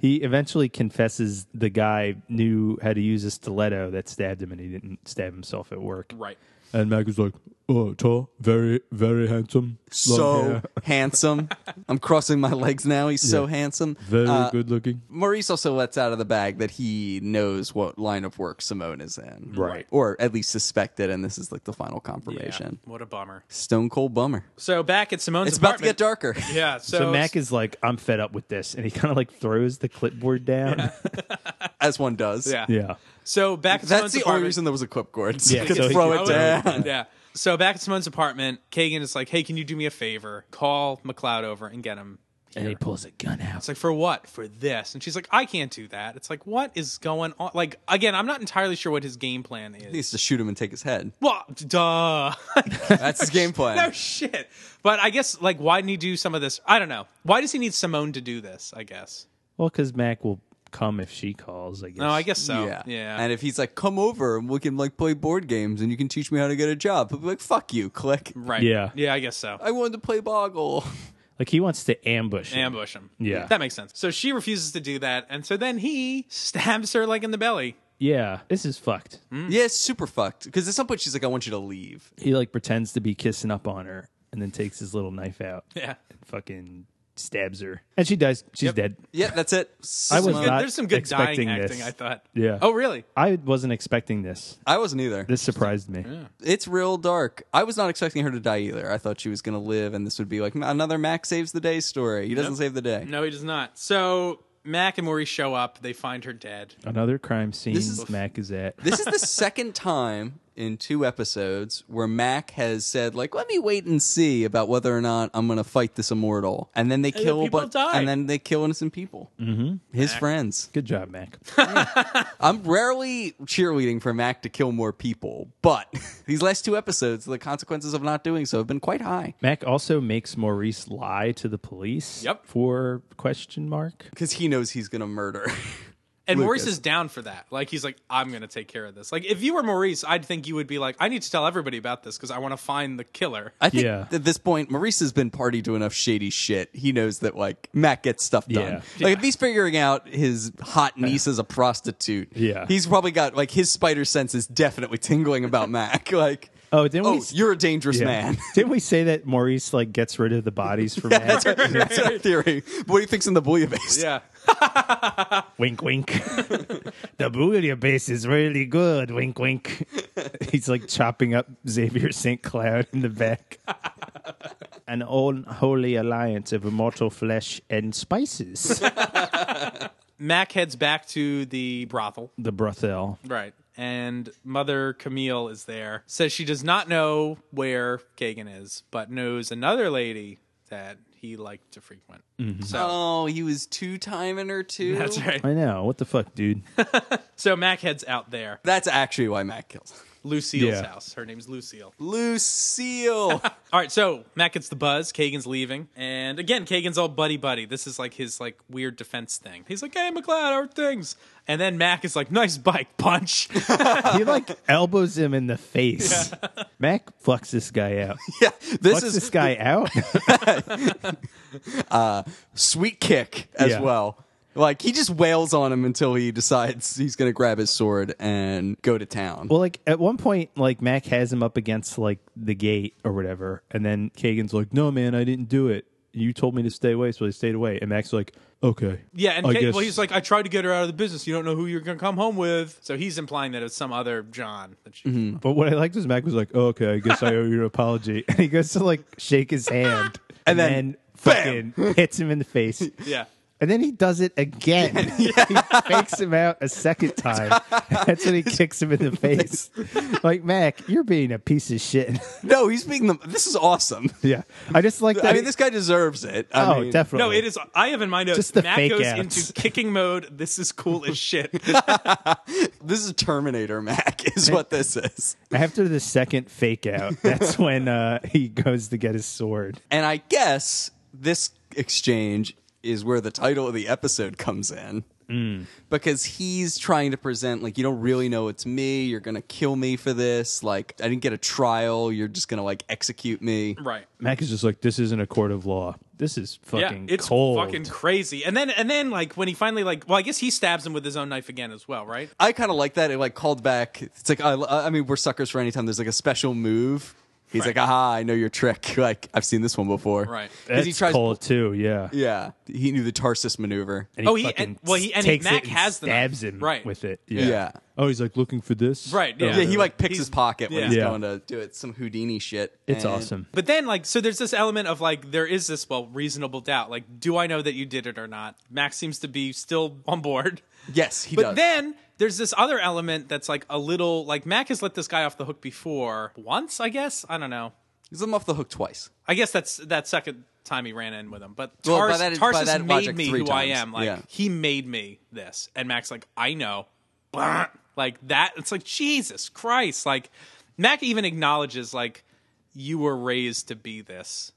S6: he eventually confesses the guy knew how to use a stiletto that stabbed him, and he didn't stab himself at work.
S4: Right.
S6: And Mac was like, "Oh, tall, very, very handsome, long
S5: so
S6: hair,
S5: handsome. I'm crossing my legs now. He's so
S6: Yeah.
S5: handsome.
S6: very
S5: Uh,
S6: good looking."
S5: Maurice also lets out of the bag that he knows what line of work Simone is in.
S6: Right.
S5: Or at least suspected, and this is like the final confirmation.
S4: Yeah, what a bummer.
S5: Stone cold bummer.
S4: So back at Simone's
S5: It's about to get
S4: apartment-
S5: darker.
S4: Yeah, so,
S6: So, Mac is like, "I'm fed up with this," and he kind of like throws the clipboard down. Yeah,
S5: As one does.
S4: yeah.
S6: yeah.
S4: So back at
S5: That's
S4: Simone's
S5: the only
S4: apartment-
S5: reason there was a clipboard. So
S6: Yeah,
S5: you could
S6: so he
S5: throw
S6: could
S5: it
S6: throw
S5: down.
S6: it.
S4: yeah. So back at Simone's apartment, Kagan is like, "Hey, can you do me a favor? Call McLeod over and get him."
S6: And he pulls a gun out.
S4: It's like, "For what? For this?" And she's like, "I can't do that." It's like, "What is going on?" Like again, I'm not entirely sure what his game plan is.
S5: He needs to shoot him and take his head.
S4: well, duh.
S5: That's his game plan.
S4: no shit. But I guess like, why didn't he do some of this? I don't know. Why does he need Simone to do this? I guess.
S6: Well, because Mac will come if she calls. I guess.
S4: No, I guess so. Yeah.
S5: And if he's like, come over and we can like play board games and you can teach me how to get a job, he'll be like, fuck you, click.
S4: right.
S6: Yeah.
S4: Yeah, I guess so.
S5: I wanted to play Boggle.
S6: Like he wants to ambush. him.
S4: ambush him.
S6: Yeah.
S4: That makes sense. So she refuses to do that. And so then he stabs her like in the belly.
S6: Yeah, this is fucked.
S5: Yeah, it's super fucked. Because at some point she's like, I want you to leave.
S6: He like pretends to be kissing up on her, and then takes his little knife out.
S4: Yeah.
S6: and fucking stabs her, and she dies. She's dead.
S5: Yeah, that's it.
S6: I was
S5: Simone-
S6: not
S4: There's some good dying
S6: expecting
S4: acting,
S6: this.
S4: I thought.
S6: Yeah.
S4: Oh, really?
S6: I wasn't expecting this.
S5: I wasn't either.
S6: This surprised me.
S5: It's real dark. I was not expecting her to die either. I thought she was going to live and this would be like another Mac saves the day story. He doesn't save the day.
S4: No, he does not. So Mac and Maurice show up. They find her dead.
S6: Another crime scene
S5: This is-
S6: Mac is at.
S5: This is the second time in two episodes where Mac has said, like, let me wait and see about whether or not I'm going to fight this immortal. And then they kill a
S4: people
S5: bunch-
S4: die.
S5: and then they kill innocent people. Mm-hmm. His friends.
S6: Good job, Mac.
S5: I'm rarely cheerleading for Mac to kill more people, but these last two episodes, the consequences of not doing so have been quite high.
S6: Mac also makes Maurice lie to the police.
S4: Yep.
S6: For question mark.
S5: Because he knows he's going to murder.
S4: And Maurice
S5: Lucas.
S4: is down for that. Like, he's like, I'm going to take care of this. Like, if you were Maurice, I'd think you would be like, I need to tell everybody about this because I want to find the killer.
S5: I think
S6: Yeah.
S5: at this point, Maurice has been party to enough shady shit. He knows that like Mac gets stuff done.
S6: Yeah.
S5: Like if he's figuring out his hot niece is a prostitute,
S6: Yeah.
S5: he's probably got like his spider sense is definitely tingling about Mac. Like,
S6: Oh, didn't
S5: oh,
S6: we? s-
S5: you're a dangerous
S6: Yeah.
S5: man.
S6: didn't we say that Maurice like gets rid of the bodies for Mac?
S5: That's our theory. But What do you think's in the bouillabaisse?
S4: Yeah.
S6: wink, wink. the bouillabaisse is really good. Wink, wink. He's like chopping up Xavier St. Cloud in the back. An unholy alliance of immortal flesh and spices.
S4: Mac heads back to the brothel.
S6: the brothel.
S4: Right. And Mother Camille is there. Says she does not know where Kagan is, but knows another lady that he liked to frequent.
S6: Mm-hmm.
S4: So
S5: Oh, he was two timing her too.
S4: that's right.
S6: I know. What the fuck, dude?
S4: So Mac heads out there.
S5: That's actually why Mac kills him.
S4: Lucille's
S6: Yeah.
S4: house. Her name's Lucille.
S5: Lucille.
S4: All right, so Mac gets the buzz. Kagan's leaving, and again, Kagan's all buddy buddy. This is like his like weird defense thing. He's like, "Hey, McLeod, how are things?" And then Mac is like, "Nice bike, punch."
S6: he like elbows him in the face. Mac fucks this guy out.
S5: yeah, this
S6: Fucks
S5: is
S6: this guy out.
S5: sweet kick as
S6: Yeah.
S5: well. Like he just wails on him until he decides he's going to grab his sword and go to town.
S6: well, like at one point, like Mac has him up against like the gate or whatever, and then Kagan's like, "No, man, I didn't do it. You told me to stay away, so I stayed away." And Mac's like, "Okay,
S4: Yeah, and
S6: I
S4: Kate,
S6: guess-
S4: well, he's like, I tried to get her out of the business. You don't know who you're gonna come home with. So he's implying that it's some other John. That she,
S6: But what I liked was Mac was like, oh, "Okay, I guess I owe you an apology," and he goes to like shake his hand,
S5: And then,
S6: fucking hits him in the face.
S4: Yeah,
S6: And then he does it again. he fakes him out a second time. That's when he kicks him in the face. like, Mac, you're being a piece of shit.
S5: no, he's being the. This is awesome.
S6: yeah. I just like that.
S5: I mean, this guy deserves it. I
S6: oh,
S5: mean,
S6: definitely.
S4: no, it is. I have in my notes.
S6: Just the
S4: Matt
S6: fake
S4: goes
S6: outs.
S4: into kicking mode. This is cool as shit.
S5: This is Terminator Mac, is what this is.
S6: After the second fake out, that's when uh, he goes to get his sword.
S5: And I guess this exchange is where the title of the episode comes in.
S6: Mm.
S5: because he's trying to present like you don't really know it's me. You're gonna kill me for this. Like I didn't get a trial. You're just gonna like execute me.
S4: Right.
S6: Mac is just like, this isn't a court of law. This is fucking
S4: yeah, it's
S6: cold.
S4: fucking crazy. And then and then like when he finally like well, I guess he stabs him with his own knife again as well, right?
S5: I kind of like that. It like called back. It's like I, I mean, we're suckers for anytime there's like a special move. He's like, aha, I know your trick. Like I've seen this one before.
S4: Right.
S5: 'Cause
S6: That's
S5: he tries.
S6: cold too. Yeah.
S5: Yeah, he knew the Tarsus maneuver.
S6: And
S4: Oh, he-
S6: fucking
S4: and- well, he- and
S6: takes
S4: Mac
S6: it
S4: has the knife.
S6: stabs him
S4: Right.
S6: with it. Yeah.
S5: Yeah.
S6: Oh, he's like looking for this.
S4: Right, yeah.
S6: Oh,
S5: Yeah, he like picks
S4: He's-
S5: his pocket when
S4: yeah.
S5: he's
S6: Yeah.
S5: going to do it. Some Houdini shit.
S6: It's
S5: And-
S6: awesome.
S4: But then, like, so there's this element of like, there is this well, reasonable doubt. Like, do I know that you did it or not? Max seems to be still on board.
S5: Yes, he
S4: but
S5: does.
S4: then there's this other element that's like a little like Mac has let this guy off the hook before once, I guess. I don't know.
S5: he's let him off the hook twice.
S4: I guess that's that second time he ran in with him. But
S5: Well, by
S4: Tars,
S5: that- by
S4: Tarsus
S5: that
S4: made
S5: logic,
S4: me
S5: three
S4: who I
S5: times.
S4: am. Like
S5: Yeah.
S4: he made me this, and Max like I know, Blah. like that. It's like Jesus Christ. Like Mac even acknowledges like you were raised to be this.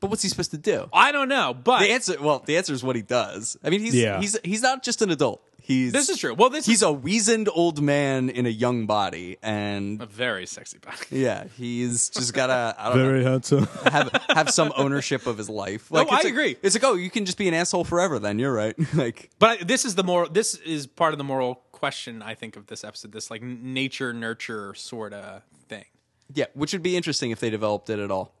S5: But what's he supposed to do?
S4: I don't know, but
S5: The answer, well, the answer is what he does. I mean, he's
S6: Yeah.
S5: he's he's not just an adult. He's
S4: This is true. Well, this
S5: he's
S4: is-
S5: a weazened old man in a young body, and
S4: a very sexy body.
S5: yeah, he's just gotta I don't
S6: Very
S5: know,
S6: handsome.
S5: have have some ownership of his life.
S4: No,
S5: Like, it's
S4: I
S5: like-
S4: agree.
S5: It's like oh, you can just be an asshole forever. Then you're right. like
S4: But I, this is the moral. This is part of the moral question. I think of this episode. This like n- nature nurture sort of thing.
S5: Yeah, which would be interesting if they developed it at all.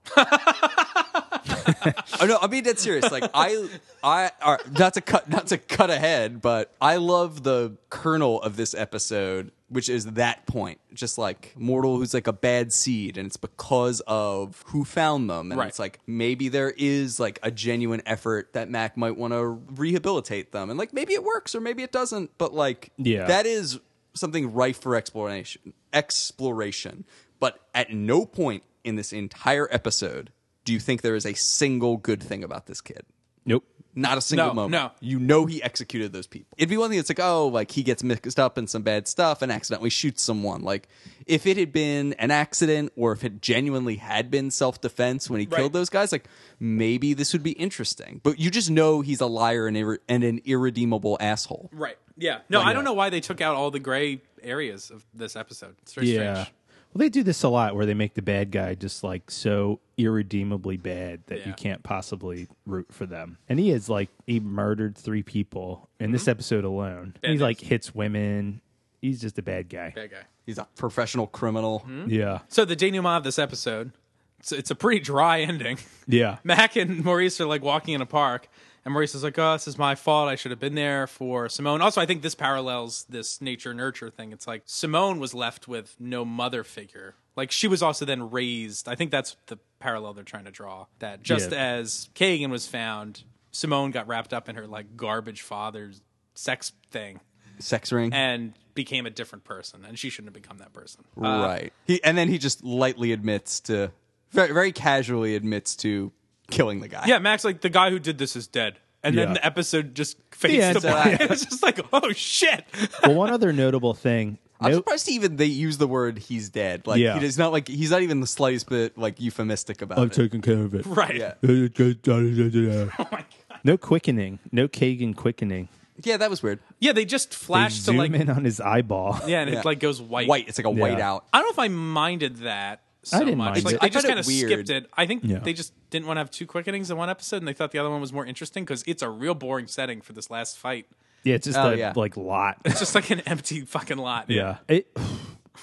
S5: oh, no, I'm being dead serious. Like I, I all right, not to cut not to cut ahead, but I love the kernel of this episode, which is that point. Just like mortal who's like a bad seed, and it's because of who found them, and
S4: Right.
S5: it's like maybe there is like a genuine effort that Mac might want to rehabilitate them, and like maybe it works or maybe it doesn't, but like
S6: Yeah.
S5: that is something rife for exploration. Exploration, but at no point in this entire episode do you think there is a single good thing about this kid.
S6: nope.
S5: Not a single
S4: No,
S5: moment.
S4: no.
S5: You know he executed those people. It'd be one thing that's like, oh, like he gets mixed up in some bad stuff and accidentally shoots someone. Like if it had been an accident or if it genuinely had been self defense when he
S4: Right.
S5: killed those guys, like maybe this would be interesting. But you just know he's a liar and, irre- and an irredeemable asshole.
S4: Right. Yeah. No, I don't know why they took out all the gray areas of this episode. It's very
S6: Yeah.
S4: strange.
S6: Well, they do this a lot where they make the bad guy just like so irredeemably bad that
S4: Yeah.
S6: you can't possibly root for them. And he is like, he murdered three people in
S4: Mm-hmm.
S6: this episode alone. And he
S4: guy.
S6: like hits women. He's just a bad guy.
S4: Bad guy.
S5: He's a professional criminal.
S4: Mm-hmm.
S6: Yeah.
S4: So the denouement of this episode, it's, it's a pretty dry ending.
S6: Yeah.
S4: Mac and Maurice are like walking in a park, and Maurice is like, "Oh, this is my fault. I should have been there for Simone." Also, I think this parallels this nature nurture thing. It's like Simone was left with no mother figure. Like she was also then raised. I think that's the parallel they're trying to draw. That just
S6: Yeah.
S4: as Kagan was found, Simone got wrapped up in her like garbage father's sex thing
S5: Sex ring.
S4: and became a different person, and she shouldn't have become that person.
S5: right. He and then he just lightly admits to very very casually admits to killing the guy.
S4: Yeah, Max, like the guy who did this is dead. And
S6: Yeah.
S4: then the episode just fades
S6: Yeah,
S4: to
S6: it's
S4: black.
S5: alright.
S4: It's just like, oh shit.
S6: well, one other notable thing.
S5: I'm
S6: no-
S5: surprised even they use the word he's dead. Like
S6: Yeah.
S5: he does not like he's not even the slightest bit like euphemistic about it.
S6: taking care of it.
S4: Right.
S5: yeah.
S6: No quickening. No Kagan quickening.
S5: Yeah, that was weird.
S4: Yeah, they just
S6: They
S4: flash to
S6: zoom
S4: like
S6: in on his eyeball.
S4: Yeah, and
S5: Yeah.
S4: it like goes white.
S5: White. It's like a white
S6: Yeah.
S5: out.
S4: I don't know if I minded that so
S6: I didn't
S4: much.
S6: mind
S4: like
S6: it.
S4: they
S5: I
S4: just kind
S5: found
S4: of
S5: it weird.
S4: skipped it. I think
S6: Yeah.
S4: they just didn't want to have two quickenings in one episode and they thought the other one was more interesting because it's a real boring setting for this last fight.
S6: Yeah, it's just
S5: Oh,
S6: a
S5: yeah.
S6: like lot.
S4: It's just like an empty fucking lot.
S6: Yeah. It-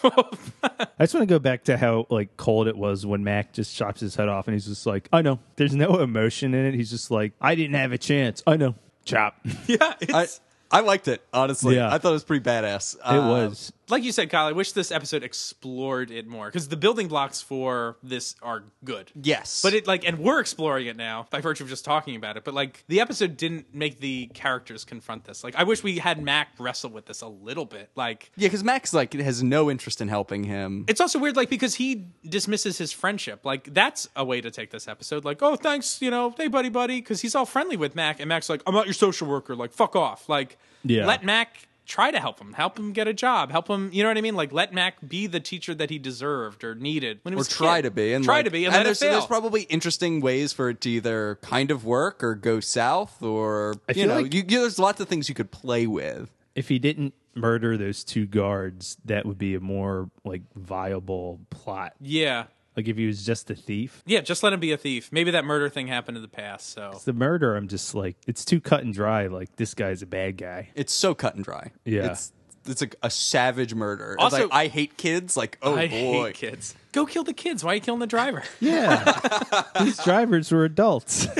S6: I just want to go back to how like cold it was when Mac just chops his head off and he's just like, I know. There's no emotion in it. He's just like, I didn't have a chance. I know. Chop. it
S4: Yeah. It's,
S5: I I liked it honestly.
S6: Yeah.
S5: I thought it was pretty badass. Um, It
S6: was.
S4: like you said, Kyle, I wish this episode explored it more because the building blocks for this are good.
S5: Yes,
S4: But it like, and we're exploring it now by virtue of just talking about it. But like, the episode didn't make the characters confront this. Like, I wish we had Mac wrestle with this a little bit. Like,
S5: yeah, because Max like has no interest in helping him.
S4: it's also weird, like because he dismisses his friendship. Like, that's a way to take this episode. Like, oh, thanks, you know, hey, buddy, buddy, because he's all friendly with Mac, and Mac's like, I'm not your social worker. Like, fuck off. Like,
S6: Yeah.
S4: let Mac try to help him, help him get a job, help him. You know what I mean? Like let Mac be the teacher that he deserved or needed when he
S5: or
S4: was a
S5: try
S4: kid.
S5: to be, and
S4: try
S5: like-
S4: to be, and, let
S5: there's,
S4: it fail.
S5: there's probably interesting ways for it to either kind of work or go south, or you
S6: feel
S5: know,
S6: like-
S5: you, you- there's lots of things you could play with.
S6: if he didn't murder those two guards, that would be a more like viable plot.
S4: yeah,
S6: Like if he was just a thief.
S4: yeah. Just let him be a thief. Maybe that murder thing happened in the past. So
S6: The murder, I'm just like it's too cut and dry. Like this guy's a bad guy.
S5: It's so cut and dry.
S6: Yeah.
S5: it's it's a, a savage murder. It's
S4: Also-
S5: like, I hate kids. Like oh
S4: I
S5: boy,
S4: hate kids. Go kill the kids. Why are you killing the driver?
S6: Yeah, these drivers were adults.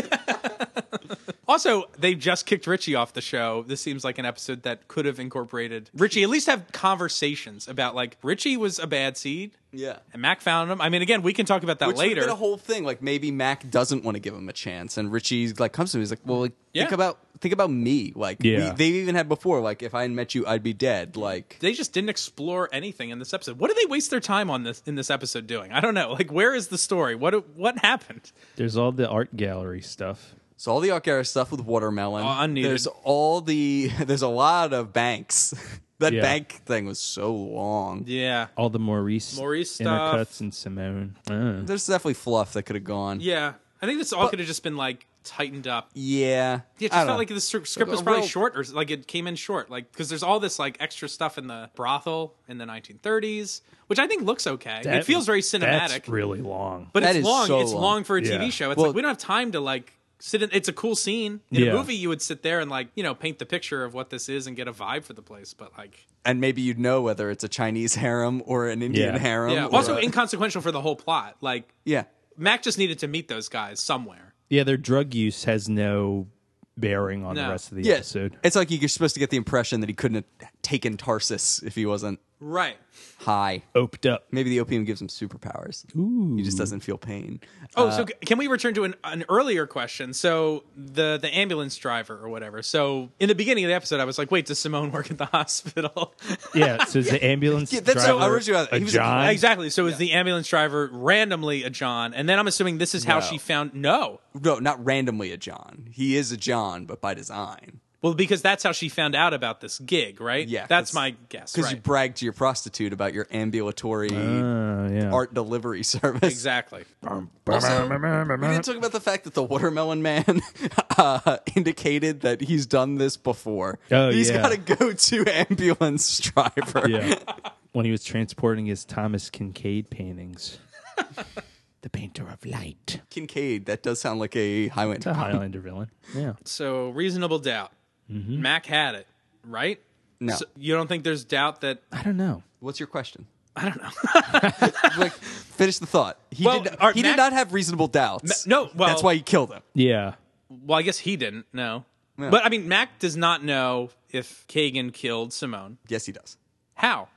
S4: Also, they just kicked Richie off the show. This seems like an episode that could have incorporated Richie. At least have conversations about like Richie was a bad seed.
S5: Yeah.
S4: and Mac found him. I mean, again, we can talk about that
S5: Which
S4: later.
S5: Would have been a whole thing. Like maybe Mac doesn't want to give him a chance, and Richie's like comes to him. He's like, "Well, like, think
S4: Yeah.
S5: about think about me. Like
S6: Yeah.
S5: we, they even had before. Like if I hadn't met you, I'd be dead. Like
S4: they just didn't explore anything in this episode. What do they waste their time on this in this episode doing? I don't know. Like, where is the story? What what happened?
S6: There's all the art gallery stuff.
S5: so all the Alcara stuff with watermelon.
S4: Oh, unneeded.
S5: There's all the there's a lot of banks. that
S6: Yeah.
S5: bank thing was so long.
S4: Yeah,
S6: All the Maurice,
S4: Maurice stuff.
S6: intercuts and Simone. Uh,
S5: There's definitely fluff that could have gone.
S4: yeah. I think this all could have just been like tightened up. Yeah,
S5: yeah.
S4: it
S5: I
S4: just
S5: don't know.
S4: felt like the stri- script was
S5: A
S4: probably
S5: real-
S4: short, or like it came in short. Like because there's all this like extra stuff in the brothel in the 1930s, which I think looks okay.
S6: that-
S4: it feels very cinematic.
S6: That's really long.
S4: But
S5: That
S4: it's
S5: is
S4: long.
S5: so
S4: it's long.
S5: long.
S4: for a
S6: Yeah.
S4: TV show. It's
S5: Well-
S4: like we don't have time to like sit in. It's a cool scene in
S6: Yeah.
S4: a movie. You would sit there and like you know paint the picture of what this is and get a vibe for the place. But like
S5: and maybe you'd know whether it's a Chinese harem or an Indian
S6: Yeah.
S5: harem.
S4: yeah,
S5: or
S4: also
S5: a-
S4: inconsequential for the whole plot. Like
S5: yeah.
S4: Mac just needed to meet those guys somewhere.
S6: Yeah, their drug use has no bearing on the
S4: No.
S6: rest of the
S5: Yeah,
S6: episode.
S5: it's like you're supposed to get the impression that he couldn't have taken Tarsus if he wasn't
S4: Right.
S5: high.
S6: Oped up.
S5: Maybe the opium gives him superpowers. He just doesn't feel pain.
S4: Oh, so c- can we return to an, an earlier question? So the the ambulance driver or whatever. So in the beginning of the episode, I was like, wait, does Simone work at the hospital?
S6: Yeah, so is the ambulance
S5: Yeah, that's
S6: driver
S5: how original-
S6: a
S5: he was a-
S6: John?
S4: exactly. So is the ambulance driver randomly a John? And then I'm assuming this is how
S5: No.
S4: she found no.
S5: No, not randomly a John. He is a John, but by design.
S4: Well, because that's how she found out about this gig, right?
S5: Yeah,
S4: that's, my guess.
S5: Because
S4: Right?
S5: you brag to your prostitute about your ambulatory
S6: Oh, yeah.
S5: art delivery service.
S4: exactly.
S5: Also, we didn't talk about the fact that the Watermelon Man uh, indicated that he's done this before.
S6: Oh,
S5: He's
S6: yeah.
S5: got a go-to ambulance driver.
S6: Yeah. when he was transporting his Thomas Kincaid paintings. the painter of light.
S5: Kincaid. That does sound like a Highlander.
S6: The Highlander villain. Yeah.
S4: So reasonable doubt. Mac had it, right?
S5: Mm-hmm. No.
S4: So you don't think there's doubt that
S6: I don't know.
S5: What's your question?
S4: I don't know.
S5: like, finish the thought. He,
S4: Well,
S5: did,
S4: are
S5: he did
S4: Mac-
S5: not have reasonable doubts.
S4: Ma- no, well-
S5: that's why he killed him.
S6: Yeah.
S4: Well, I guess he didn't. No. But I mean, Mac does not know if Kagan killed Simone.
S5: Yes, he does.
S4: How?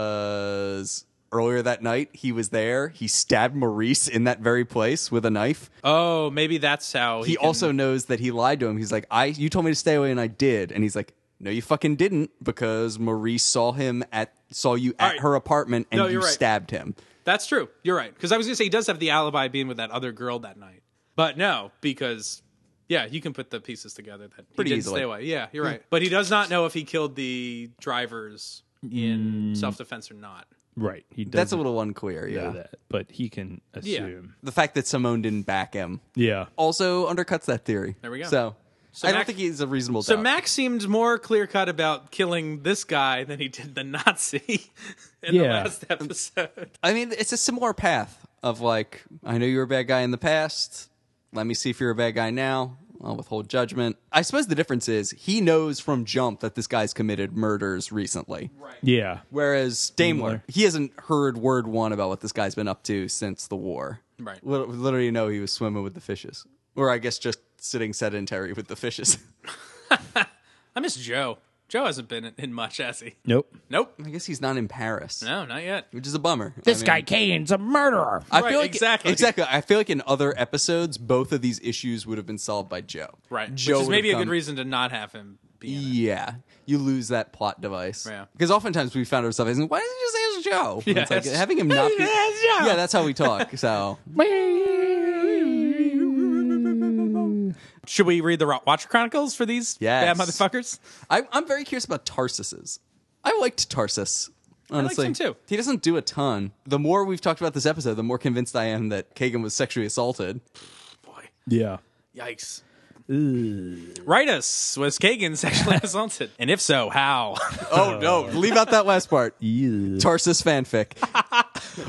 S5: Because earlier that night he was there. He stabbed Maurice in that very place with a knife.
S4: Oh, maybe that's how
S5: he
S4: can-
S5: also knows that he lied to him. He's like, "I, you told me to stay away, and I did." And he's like, "No, you fucking didn't," because Maurice saw him at saw you at
S4: right.
S5: her apartment and
S4: No,
S5: you
S4: you're right.
S5: stabbed him.
S4: That's true. You're right. Because I was gonna say he does have the alibi being with that other girl that night. But no, because yeah, you can put the pieces together that
S5: Pretty
S4: he did
S5: easily.
S4: stay away. Yeah, you're right. But he does not know if he killed the drivers in
S5: Mm.
S4: self defense or not.
S6: Right. He does
S5: That's a little unclear.
S6: know
S5: Yeah,
S6: that, but he can assume.
S5: the fact that Simone didn't back him
S6: Yeah.
S5: also undercuts that theory.
S4: There we go.
S5: So. I don't
S4: Mac-
S5: think he's a reasonable
S4: So
S5: doubt.
S4: Max seemed more clear cut about killing this guy than he did the Nazi in the
S6: Yeah.
S4: last episode.
S5: I mean, it's a similar path of like, I know you were a bad guy in the past. Let me see if you're a bad guy now. I'll withhold judgment. I suppose the difference is he knows from jump that this guy's committed murders recently.
S6: Yeah.
S5: Whereas Daimler, he hasn't heard word one about what this guy's been up to since the war.
S4: Right.
S5: Lit- Literally, know he was swimming with the fishes, or I guess just sitting sedentary with the fishes.
S4: I miss Joe. Joe hasn't been in- in much, has he?
S6: Nope.
S4: Nope.
S5: I guess he's not in Paris,
S4: No, not yet.
S5: which is a bummer.
S6: This guy Kane's a murderer.
S5: I
S4: Right,
S5: feel like
S4: exactly.
S5: exactly. I feel like in other episodes, both of these issues would have been solved by Joe.
S4: Right.
S5: Joe
S4: Which is
S5: would
S4: maybe a
S5: have
S4: good
S5: come-
S4: reason to not have him be in it.
S5: Yeah, you lose that plot device.
S4: Yeah.
S5: Because oftentimes we found ourselves saying, "Why did you just ask Joe?" And It's like
S4: Yes.
S5: having him not. Be-
S4: Yes, Joe.
S5: yeah, that's how we talk. So
S4: Should we read the Rot Watcher Chronicles for these
S5: Yes.
S4: bad motherfuckers?
S5: I, I'm very curious about Tarsus's. I liked Tarsus. Honestly,
S4: him too.
S5: He doesn't do a ton. The more we've talked about this episode, the more convinced I am that Kagan was sexually assaulted.
S4: Boy,
S6: Yeah.
S4: yikes. Write us. Was Kagan sexually assaulted? And if so, how?
S5: Oh no! Leave out that last part. Tarsus fanfic.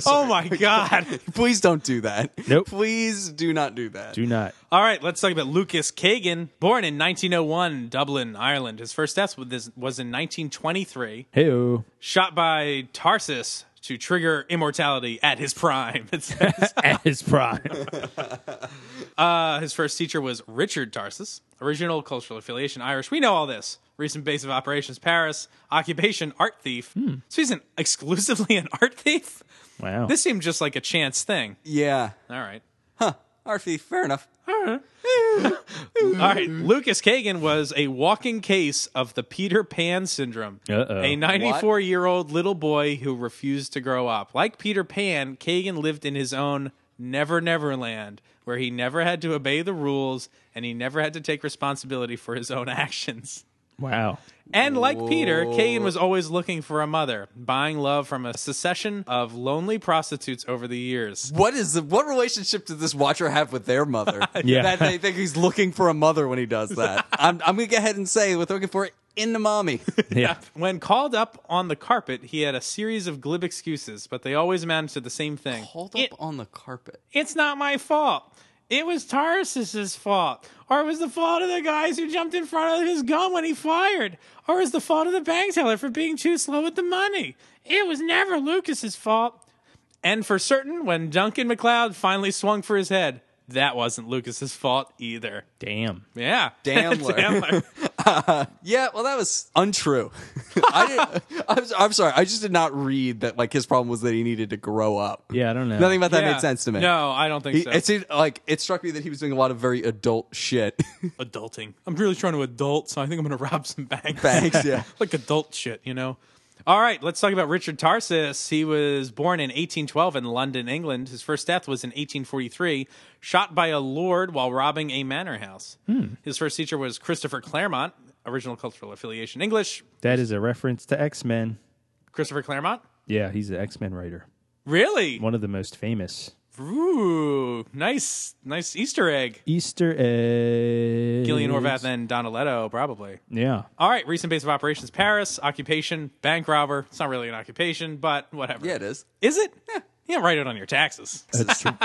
S4: oh my God.
S5: Please don't do that.
S6: Nope.
S5: Please do not do that.
S6: Do not.
S4: All right, let's talk about Lucas Kagan. Born in 1901, Dublin, Ireland. His first death with this was in 1923.
S6: Hey,
S4: Shot by Tarsus to trigger immortality at his prime. It says.
S6: at his prime.
S4: Uh, his first teacher was Richard Tarsus. Original cultural affiliation Irish. We know all this. Recent base of operations Paris. Occupation art thief. So he's an exclusively an art thief.
S6: Wow.
S4: This seemed just like a chance thing.
S5: Yeah.
S4: All right.
S5: Arfie, fair enough.
S4: All right, Lucas Kagan was a walking case of the Peter Pan syndrome.
S6: Uh-oh.
S4: A 94 year old little boy who refused to grow up. Like Peter Pan, Kagan lived in his own Never Never Land, where he never had to obey the rules and he never had to take responsibility for his own actions.
S6: wow.
S4: And like Peter, Kagan was always looking for a mother, buying love from a succession of lonely prostitutes over the years.
S5: What is the, what relationship does this watcher have with their mother?
S6: Yeah.
S5: that they think he's looking for a mother when he does that. I'm, I'm gonna go ahead and say we're looking for it in the mommy.
S6: Yeah.
S4: When called up on the carpet, he had a series of glib excuses, but they always amounted to the same thing.
S5: Hold up
S4: It-
S5: on the carpet.
S4: it's not my fault. It was Tarsus's fault. Or it was the fault of the guys who jumped in front of his gun when he fired. Or it was the fault of the bank teller for being too slow with the money. It was never Lucas's fault. And for certain, when Duncan McLeod finally swung for his head, that wasn't Lucas's fault either.
S6: Damn.
S4: Yeah.
S5: Damler.
S4: Damler.
S5: Yeah, well, that was untrue. I didn't, I'm, s- I'm sorry. I just did not read that. Like his problem was that he needed to grow up.
S6: Yeah, I don't know.
S5: Nothing about that
S4: Yeah.
S5: made sense to me.
S4: No, I don't think
S5: He,
S4: so.
S5: it seemed like it struck me that he was doing a lot of very adult shit.
S4: adulting. I'm really trying to adult, so I think I'm going to rob some banks.
S5: Banks, yeah.
S4: like adult shit, you know? All right, let's talk about Richard Tarsus. He was born in 1812 in London, England. His first death was in 1843, shot by a lord while robbing a manor house. His first teacher was Christopher Claremont, original cultural affiliation English.
S6: That is a reference to X Men.
S4: Christopher Claremont?
S6: Yeah, he's an X Men writer.
S4: Really?
S6: One of the most famous.
S4: Ooh, nice, nice Easter egg.
S6: Easter egg.
S4: Gillian Orvath and Donaletto, probably.
S6: Yeah.
S4: All right, recent base of operations Paris, occupation, bank robber. It's not really an occupation, but whatever.
S5: yeah, it is.
S4: Is it? Yeah. You don't write it on your taxes.
S6: That's true.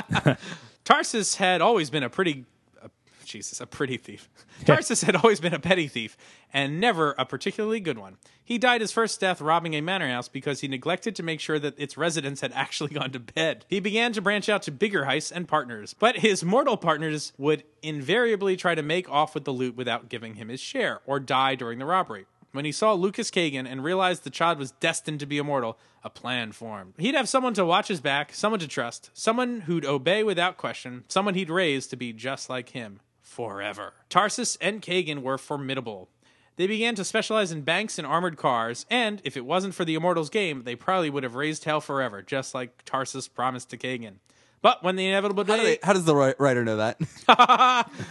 S4: Tarsus had always been a pretty, uh, Jesus, a pretty thief. Tarsus had always been a petty thief and never a particularly good one. He died his first death robbing a manor house because he neglected to make sure that its residents had actually gone to bed. He began to branch out to bigger heists and partners, but his mortal partners would invariably try to make off with the loot without giving him his share or die during the robbery. When he saw Lucas Kagan and realized the child was destined to be immortal, a plan formed. He'd have someone to watch his back, someone to trust, someone who'd obey without question, someone he'd raise to be just like him forever. Tarsus and Kagan were formidable. They began to specialize in banks and armored cars, and if it wasn't for the Immortals game, they probably would have raised hell forever, just like Tarsus promised to Kagan. But when the inevitable day,
S5: How, do they- how does the wri- writer know that?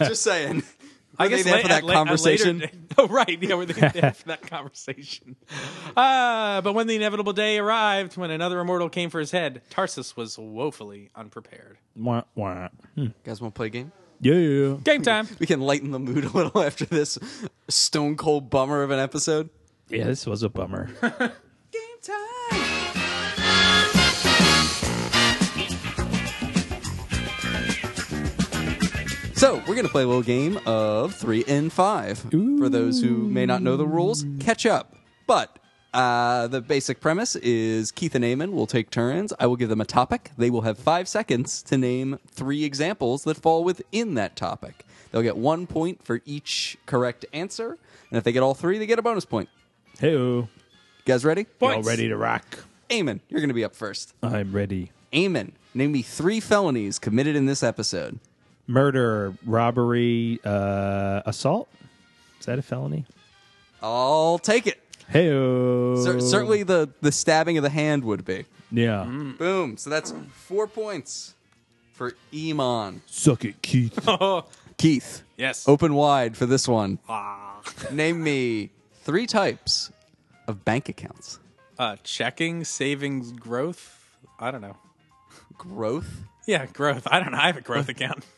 S5: just saying.
S4: I
S5: Were they
S4: guess
S5: there
S4: la-
S5: for that
S4: at la- at
S5: conversation.
S4: later day- oh, right. Yeah, were they there for that conversation? Uh, but when the inevitable day arrived, when another immortal came for his head, Tarsus was woefully unprepared.
S6: wah, wah.
S5: You guys want to play a game?
S6: Yeah.
S4: Game time.
S5: We can lighten the mood a little after this stone cold bummer of an episode.
S6: Yeah, this was a bummer.
S5: Game time. So we're gonna play a little game of three and five. For those who may not know the rules, catch up. But uh, the basic premise is Keith and Eamon will take turns. I will give them a topic. They will have five seconds to name three examples that fall within that topic. They'll get one point for each correct answer, and if they get all three, they get a bonus point.
S6: hey, y'all
S5: You guys ready?
S4: Points.
S6: ready to rock?
S5: Eamon, you're going to be up first.
S6: I'm ready.
S5: Eamon, name me three felonies committed in this episode.
S6: Murder, robbery, uh, assault. Is that a felony?
S5: I'll take it.
S6: Hey,
S5: Cer- certainly the, the stabbing of the hand would be.
S6: Yeah.
S4: Mm.
S5: Boom. So that's four points for Eamon.
S6: Suck it, Keith.
S4: Oh,
S5: Keith,
S4: Yes.
S5: open wide for this one.
S4: Ah.
S5: Name me three types of bank accounts.
S4: Uh, checking, savings, growth. I don't know.
S5: Growth?
S4: Yeah, growth. I don't know. I have a growth account.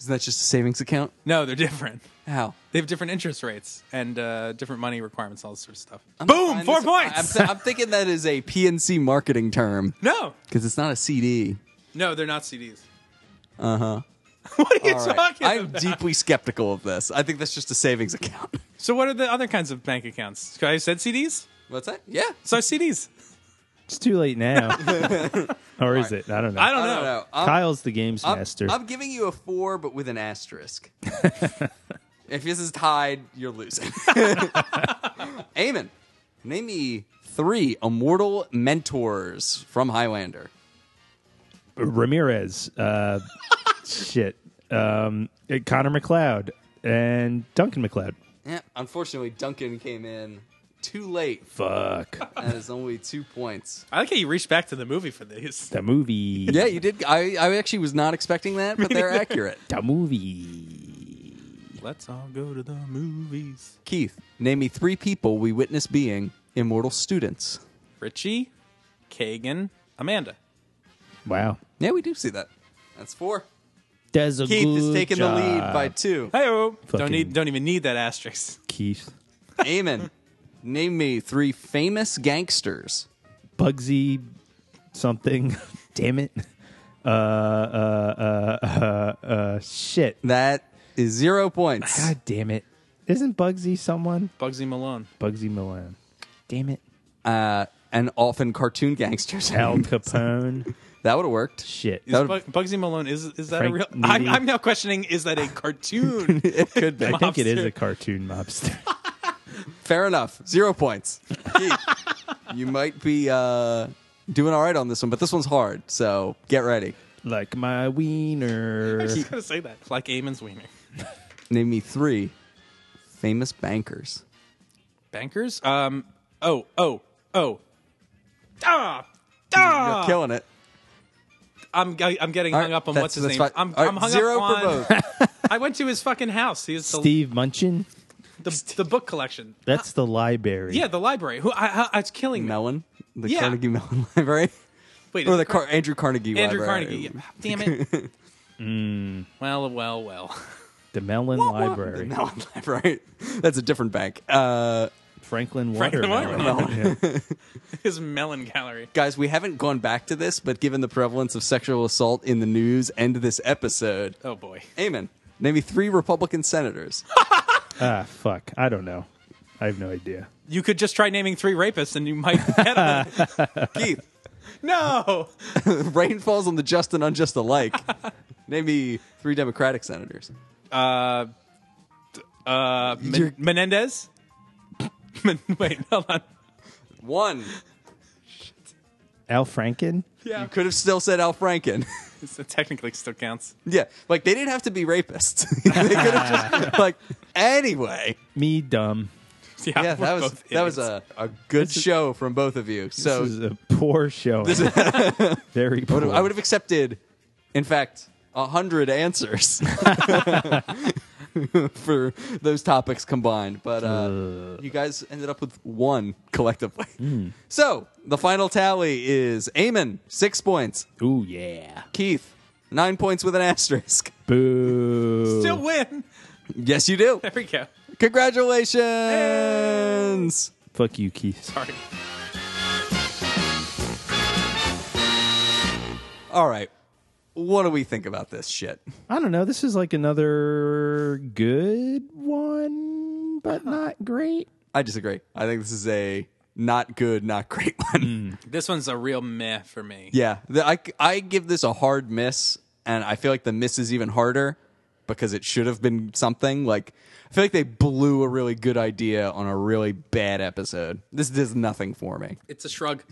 S5: Isn't that just a savings account?
S4: No, they're different.
S5: How?
S4: They have different interest rates and uh, different money requirements, all this sort of stuff.
S5: Find
S4: Boom, four
S5: this- I'm,
S4: points.
S5: th- I'm thinking that is a PNC marketing term
S4: no,
S5: because it's not a CD.
S4: no, they're not CDs. Uh huh. what are you
S5: Uh-huh. All right.
S4: talking
S5: I'm
S4: about?
S5: deeply skeptical of this. I think that's just a savings account.
S4: so, what are the other kinds of bank accounts? I said CDs.
S5: What's that? Yeah.
S4: So CDs.
S6: It's too late now. or is it? I don't know.
S4: I don't know.
S5: I'm,
S6: Kyle's the games
S5: I'm-
S6: master.
S5: I'm giving you a four, but with an asterisk. if this is tied, you're losing. Eamon, name me three immortal mentors from Highlander.
S6: Ramirez, uh, shit, um, Connor McLeod, and Duncan McLeod.
S5: Yeah, unfortunately, Duncan came in too late.
S6: Fuck
S5: That is only two points.
S4: I like how you reached back to the movie for these.
S6: the movie.
S5: Yeah, you did. I, I actually was not expecting that, but they're accurate.
S6: the movie.
S4: Let's all go to the movies.
S5: Keith, name me three people we witness being immortal students.
S4: Richie, Kagan, Amanda.
S6: Wow.
S5: Yeah, we do see that. That's four.
S6: Does a
S5: Keith is taking the lead by two.
S4: Hey, don't
S6: Fucking-
S4: need, don't even need that asterisk.
S6: Keith.
S5: Eamon, name me three famous gangsters.
S6: Bugsy, something. Damn it. Uh, uh, uh, uh, uh, shit.
S5: That is zero points.
S6: God damn it. Isn't Bugsy someone?
S4: Bugsy Malone.
S6: Bugsy Milan. Damn it.
S5: Uh, and often cartoon gangsters.
S6: Al Capone.
S5: That would have worked.
S6: shit.
S4: Is
S5: That
S4: Bug- Bugsy Malone is is that a
S6: Frank
S4: real?
S6: Needy.
S4: I'm, I'm now questioning: is that a cartoon?
S5: It could be.
S6: I think it is
S4: mobster.
S6: a cartoon mobster.
S5: Fair enough. Zero points. Keith, you might be uh, doing all right on this one, but this one's hard, so get ready.
S6: like my wiener.
S4: I was gonna say that. Like Eamon's wiener.
S5: Name me three famous bankers.
S4: Bankers. Um. Oh. Oh. Oh. Ah. Ah.
S5: You're killing it.
S4: I'm I, am getting
S5: All
S4: hung
S5: right,
S4: up on
S5: that's-
S4: what's his
S5: that's
S4: name.
S5: fine.
S4: I'm,
S5: All right,
S4: I'm hung
S5: zero
S4: up on.
S5: for both.
S4: I went to his fucking house. He's the,
S6: Steve Munchin.
S4: the the book collection.
S6: That's the library.
S4: Yeah, the library. Who I, I, I was killing me.
S5: Mellon, the
S4: Yeah.
S5: Carnegie Mellon Library,
S4: Wait,
S5: or
S4: is
S5: the
S4: it
S5: Car- Andrew Carnegie
S4: Andrew
S5: Library.
S4: Carnegie. Yeah. Damn it. Hmm. Well, well, well.
S6: The Mellon Library.
S5: Mellon Library. That's a diffent bank. Uh,
S6: Franklin
S4: Franklin
S6: Watermelon. Yeah.
S4: His melon gallery.
S5: guys, we haven't gone back to this, but given the prevalence of sexual assault in the news and this episode,
S4: Oh boy.
S5: Amen. Name me three Republican senators.
S6: ah, fuck. I don't know. I have no idea.
S4: You could just try naming three rapists, and you might get them.
S5: Keith,
S4: no.
S5: rain falls on the just and unjust alike. Name me three Democratic senators.
S4: Uh, Men- Menendez. Men- Wait, hold on.
S5: One,
S6: Al Franken.
S4: Yeah,
S5: could have still said Al Franken.
S4: so technically still counts.
S5: yeah, like they didn't have to be rapists. they could have just like anyway.
S6: Me dumb.
S4: Yeah,
S5: Yeah,
S4: we're
S5: that was
S4: both
S5: that was
S4: idiots.
S5: a, a good show from both of you. So
S6: this is a poor show. Very
S5: I
S6: poor.
S5: would've- I would have accepted, in fact, a hundred answers for those topics combined. But uh, Hmm. you guys ended up with one collectively. So the final tally is Eamon, six points.
S6: Ooh yeah.
S5: Keith, nine points with an asterisk.
S6: Boo.
S4: still win.
S5: Yes, you do.
S4: There we go.
S5: Congratulations.
S6: Fuck you, Keith.
S4: Sorry.
S5: All right. What do we think about this shit?
S6: I don't know. This is like another good one, but not great.
S5: I disagree. I think this is a not good, not great one.
S4: This one's a real meh for me.
S5: Yeah, the, I I give this a hard miss, and I feel like the miss is even harder because it should have been something. Like I feel like they blew a really good idea on a really bad episode. This does nothing for me.
S4: It's a shrug.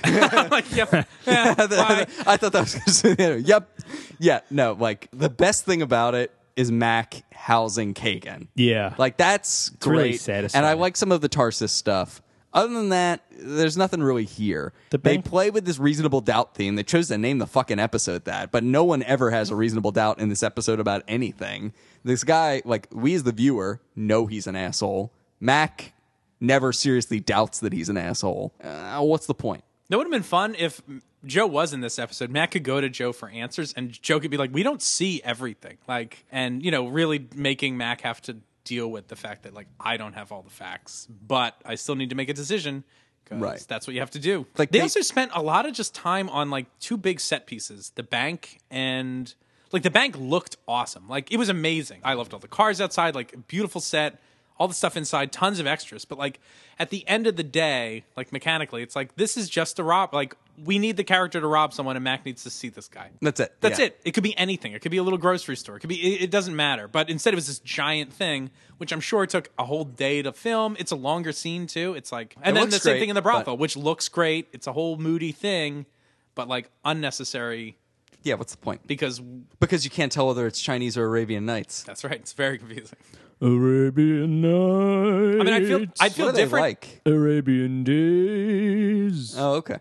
S4: I'm like, yep. Yeah, bye.
S5: I thought that was gonna say the other- yep, yeah, no. Like the best thing about it is Mac housing Kagan.
S6: Yeah.
S5: like that's great.
S6: really
S5: And I
S6: satisfying.
S5: like some of the Tarsus stuff. Other than that, there's nothing really here.
S6: The
S5: they
S6: bank-
S5: play with this reasonable doubt theme. They chose to name the fucking episode that, but no one ever has a reasonable doubt in this episode about anything. This guy, like we as the viewer, know he's an asshole. Mac never seriously doubts that he's an asshole. Uh, what's the point?
S4: That would have been fun if Joe was in this episode. Matt could go to Joe for answers, and Joe could be like, "We don't see everything." Like, and you know, really making Mac have to deal with the fact that like I don't have all the facts, but I still need to make a decision. 'cause
S5: Right.
S4: That's what you have to do.
S5: Like,
S4: they,
S5: they-
S4: also spent a lot of just time on like two big set pieces: the bank and like the bank looked awesome. Like it was amazing. I loved all the cars outside. Like beautiful set. All the stuff inside, tons of extras. But like at the end of the day, like mechanically, it's like this is just a rob. Like we need the character to rob someone, and Mac needs to see this guy.
S5: That's it.
S4: That's
S5: Yeah.
S4: it. It could be anything. It could be a little grocery store. It could be. It, it doesn't matter. But instead, it was this giant thing, which I'm sure took a whole day to film. It's a longer scene too. It's like, and
S5: It
S4: then
S5: looks
S4: the same
S5: great,
S4: thing in the
S5: but-
S4: brothel, which looks great. It's a whole moody thing, but like unnecessary
S5: Yeah, what's the point?
S4: because
S5: Because you can't tell whether it's Chinese or Arabian Nights.
S4: that's right. It's very confusing.
S6: Arabian nights.
S4: I mean, I feel I'd feel
S5: what are they
S4: different.
S5: like?
S6: Arabian
S4: Uh,
S6: days.
S5: Oh, okay.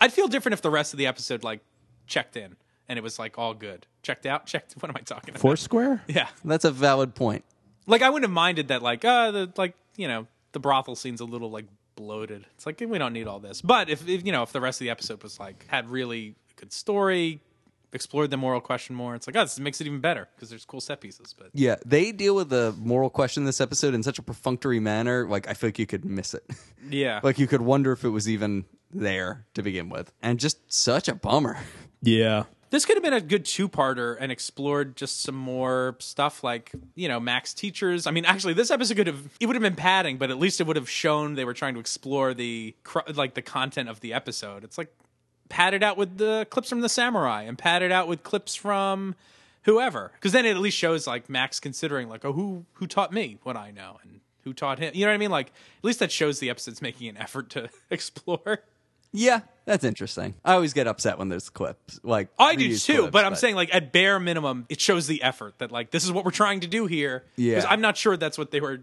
S4: I'd feel different if the rest of the episode like checked in and it was like all good. Checked out. Checked. What am I talking about?
S6: Foursquare.
S4: Yeah.
S5: That's a valid point.
S4: Like I wouldn't have minded that. Like uh, the like you know the brothel scene's a little like bloated. It's like we don't need all this. But if, if you know if the rest of the episode was like had really good story, explored the moral question more, it's like oh this makes it even better because there's cool set pieces. But
S5: Yeah, they deal with the moral question in this episode in such a perfunctory manner. Like, I feel like you could miss it.
S4: yeah,
S5: like, you could wonder if it was even there to begin with. And just such a bummer.
S6: Yeah.
S4: this could have been a good two-parter and explored just some more stuff like you know max teachers i mean actually this episode could have it would have been padding but at least it would have shown they were trying to explore the cr- like the content of the episode it's like padded out with the clips from the samurai and padded out with clips from whoever because then it at least shows like max considering like oh who who taught me what i know and who taught him you know what i mean like at least that shows the episode's making an effort to explore
S5: Yeah, that's interesting. I always get upset when there's clips. Like,
S4: I do
S5: reused
S4: too,
S5: clips,
S4: but I'm saying like at bare minimum, it shows the effort that like this is what we're trying to do here.
S5: Yeah.
S4: I'm not sure that's what they were.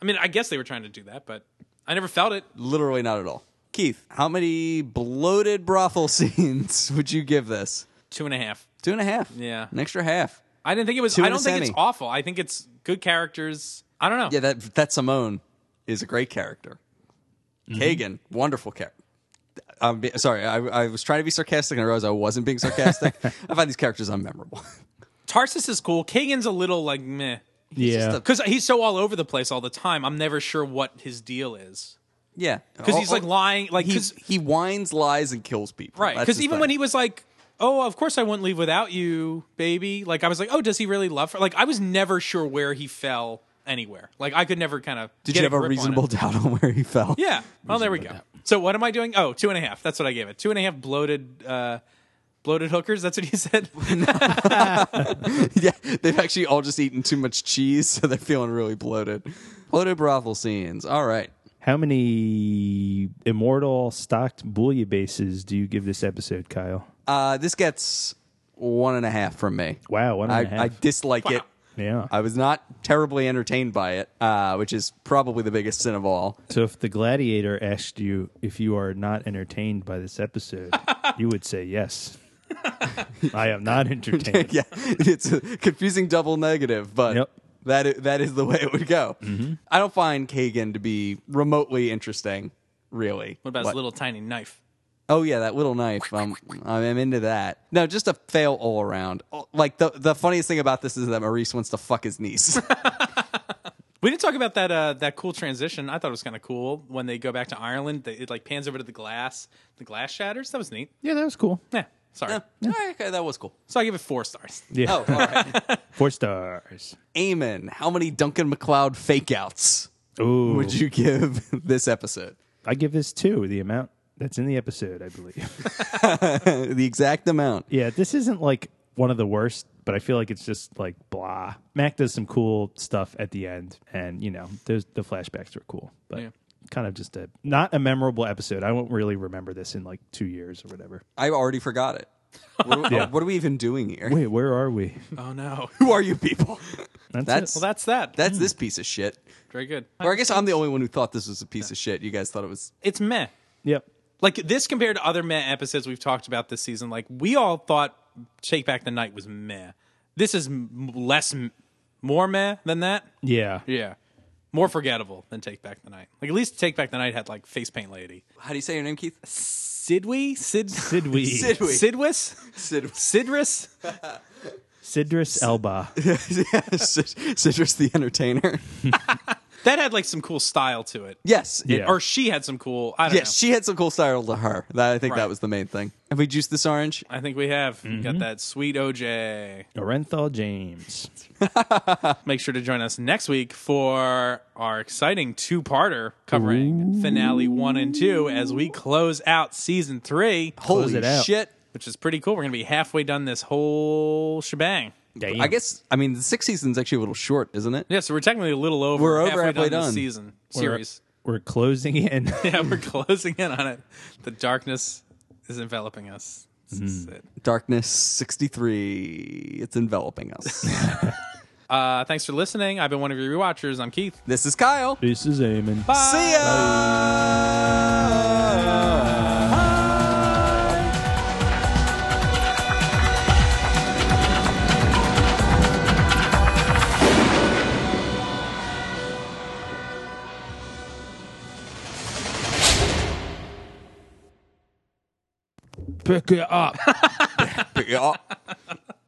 S4: I mean, I guess they were trying to do that, but I never felt it.
S5: literally not at all. Keith, how many bloated brothel scenes would you give this?
S4: Two and a half.
S5: Two and a half.
S4: Yeah.
S5: An extra half.
S4: I didn't think it was.
S5: Two
S4: I
S5: and a
S4: don't think it's
S5: semi.
S4: awful. I think it's good characters. I don't know.
S5: Yeah, that that Simone is a great character.
S4: Mm-hmm.
S5: Kagan, wonderful character. I'm be- sorry, I, I was trying to be sarcastic and I realized I wasn't being sarcastic. I find these characters unmemorable.
S4: Tarsus is cool. Kagan's a little like meh
S6: Yeah.
S5: just
S4: because he's so all over the place all the time. I'm never sure what his deal is
S5: yeah,
S4: because he's like lying. Like
S5: He,
S4: 'cause-
S5: he whines, lies, and kills people.
S4: Right.
S5: That's
S4: Because
S5: his
S4: even
S5: thing.
S4: when he was like, oh, of course I wouldn't leave without you, baby. Like, I was like, oh, does he really love her? Like, I was never sure where he fell anywhere. Like, I could never kind of.
S5: did you have a reasonable doubt on where he fell?
S4: Yeah. Well, there we go. So what am I doing? Oh, two and a half. That's what I gave it. Two and a half bloated. uh Bloated hookers. That's what he said.
S5: yeah, they've actually all just eaten too much cheese, so they're feeling really bloated. Bloated brothel scenes. All right.
S6: How many immortal stocked bases do you give this episode, Kyle?
S5: Uh, this gets one and a half from me.
S6: Wow, one
S5: I,
S6: and a half.
S5: I dislike it.
S6: yeah.
S5: I was not terribly entertained by it, uh, which is probably the biggest sin of all.
S6: so if the gladiator asked you if you are not entertained by this episode, you would say yes. I am not entertained.
S5: yeah, it's a confusing double negative, but
S6: Yep. Mm-hmm.
S5: that i- that is the way it would go. I don't find Kagan to be remotely interesting, really.
S4: What about his little tiny knife?
S5: Oh yeah, that little knife. Um, I'm into that. No, just a fail all around. Oh, Like the the funniest thing about this is that Maurice wants to fuck his niece.
S4: We didn't talk about that uh, that cool transition. I thought it was kind of cool when they go back to Ireland. They, it like pans over to the glass. The glass shatters. That was neat.
S6: Yeah, that was cool.
S5: Oh.
S4: Yeah. Sorry.
S5: okay, that was cool.
S4: So I give it four stars.
S6: Yeah.
S5: Oh, all right.
S6: Four stars.
S5: Eamon, how many Duncan McLeod fakeouts
S6: Ooh.
S5: would you give this episode?
S6: I give this two, the amount that's in the episode, I believe.
S5: the exact amount.
S6: yeah, this isn't like one of the worst, but I feel like it's just like blah. Mac does some cool stuff at the end, and you know, there's the flashbacks were cool, but
S4: Yeah.
S6: kind of just a not a memorable episode. I won't really remember this in like two years or whatever.
S5: I already forgot it. What are, we-
S6: Yeah.
S5: what are we even doing here?
S6: Wait, where are we?
S4: Oh no.
S5: Who are you people?
S6: That's,
S5: That's-
S4: Well, that's that.
S5: That's this piece of shit.
S4: Very good.
S5: Or I guess I'm the only one who thought this was a piece of shit. You guys thought it was.
S4: It's meh.
S6: it. Yep.
S4: Like this compared to other meh episodes we've talked about this season. Like we all thought Shake Back the Night was meh. This is m- less, m- more meh than that.
S6: Yeah.
S4: Yeah. More forgettable than Take Back the Night. Like at least Take Back the Night had like face paint lady.
S5: How do you say your name, Keith?
S4: Sidwe? Sid
S6: Sidwe.
S5: Sidwe.
S4: Sidwis?
S5: Sid-
S4: Sidris?
S6: Sidrus Elba.
S5: Cid- Citrus the Entertainer.
S4: That had like some cool style to it.
S5: Yes. it-
S6: Yeah.
S4: Or she had some cool I don't
S5: yes,
S4: know.
S5: she had some cool style to her. That, I think
S4: Right.
S5: that was the main thing. Have we juiced this orange?
S4: I think we have We got that sweet OJ.
S6: Orenthal James.
S4: Make sure to join us next week for our exciting two-parter covering finale 1 and 2 as we close out season 3,
S5: Holy
S6: it out.
S5: shit.
S4: which is pretty cool. We're going to be halfway done this whole shebang.
S6: Damn.
S5: I guess, I mean, the sixth season's actually a little short, isn't it?
S4: Yeah, so we're technically a little over.
S5: We're over
S4: halfway,
S5: halfway
S4: done,
S5: done.
S4: this season
S6: we're,
S4: series.
S6: we're closing in.
S4: yeah, we're closing in on it. The darkness is enveloping us. This is
S5: Mm-hmm.
S4: it.
S5: Darkness 63. It's enveloping us.
S4: Uh, thanks for listening. I've been one of your rewatchers. I'm Keith.
S5: this is Kyle.
S6: this is Eamon.
S5: See ya.
S6: Pick it up.
S5: Yeah.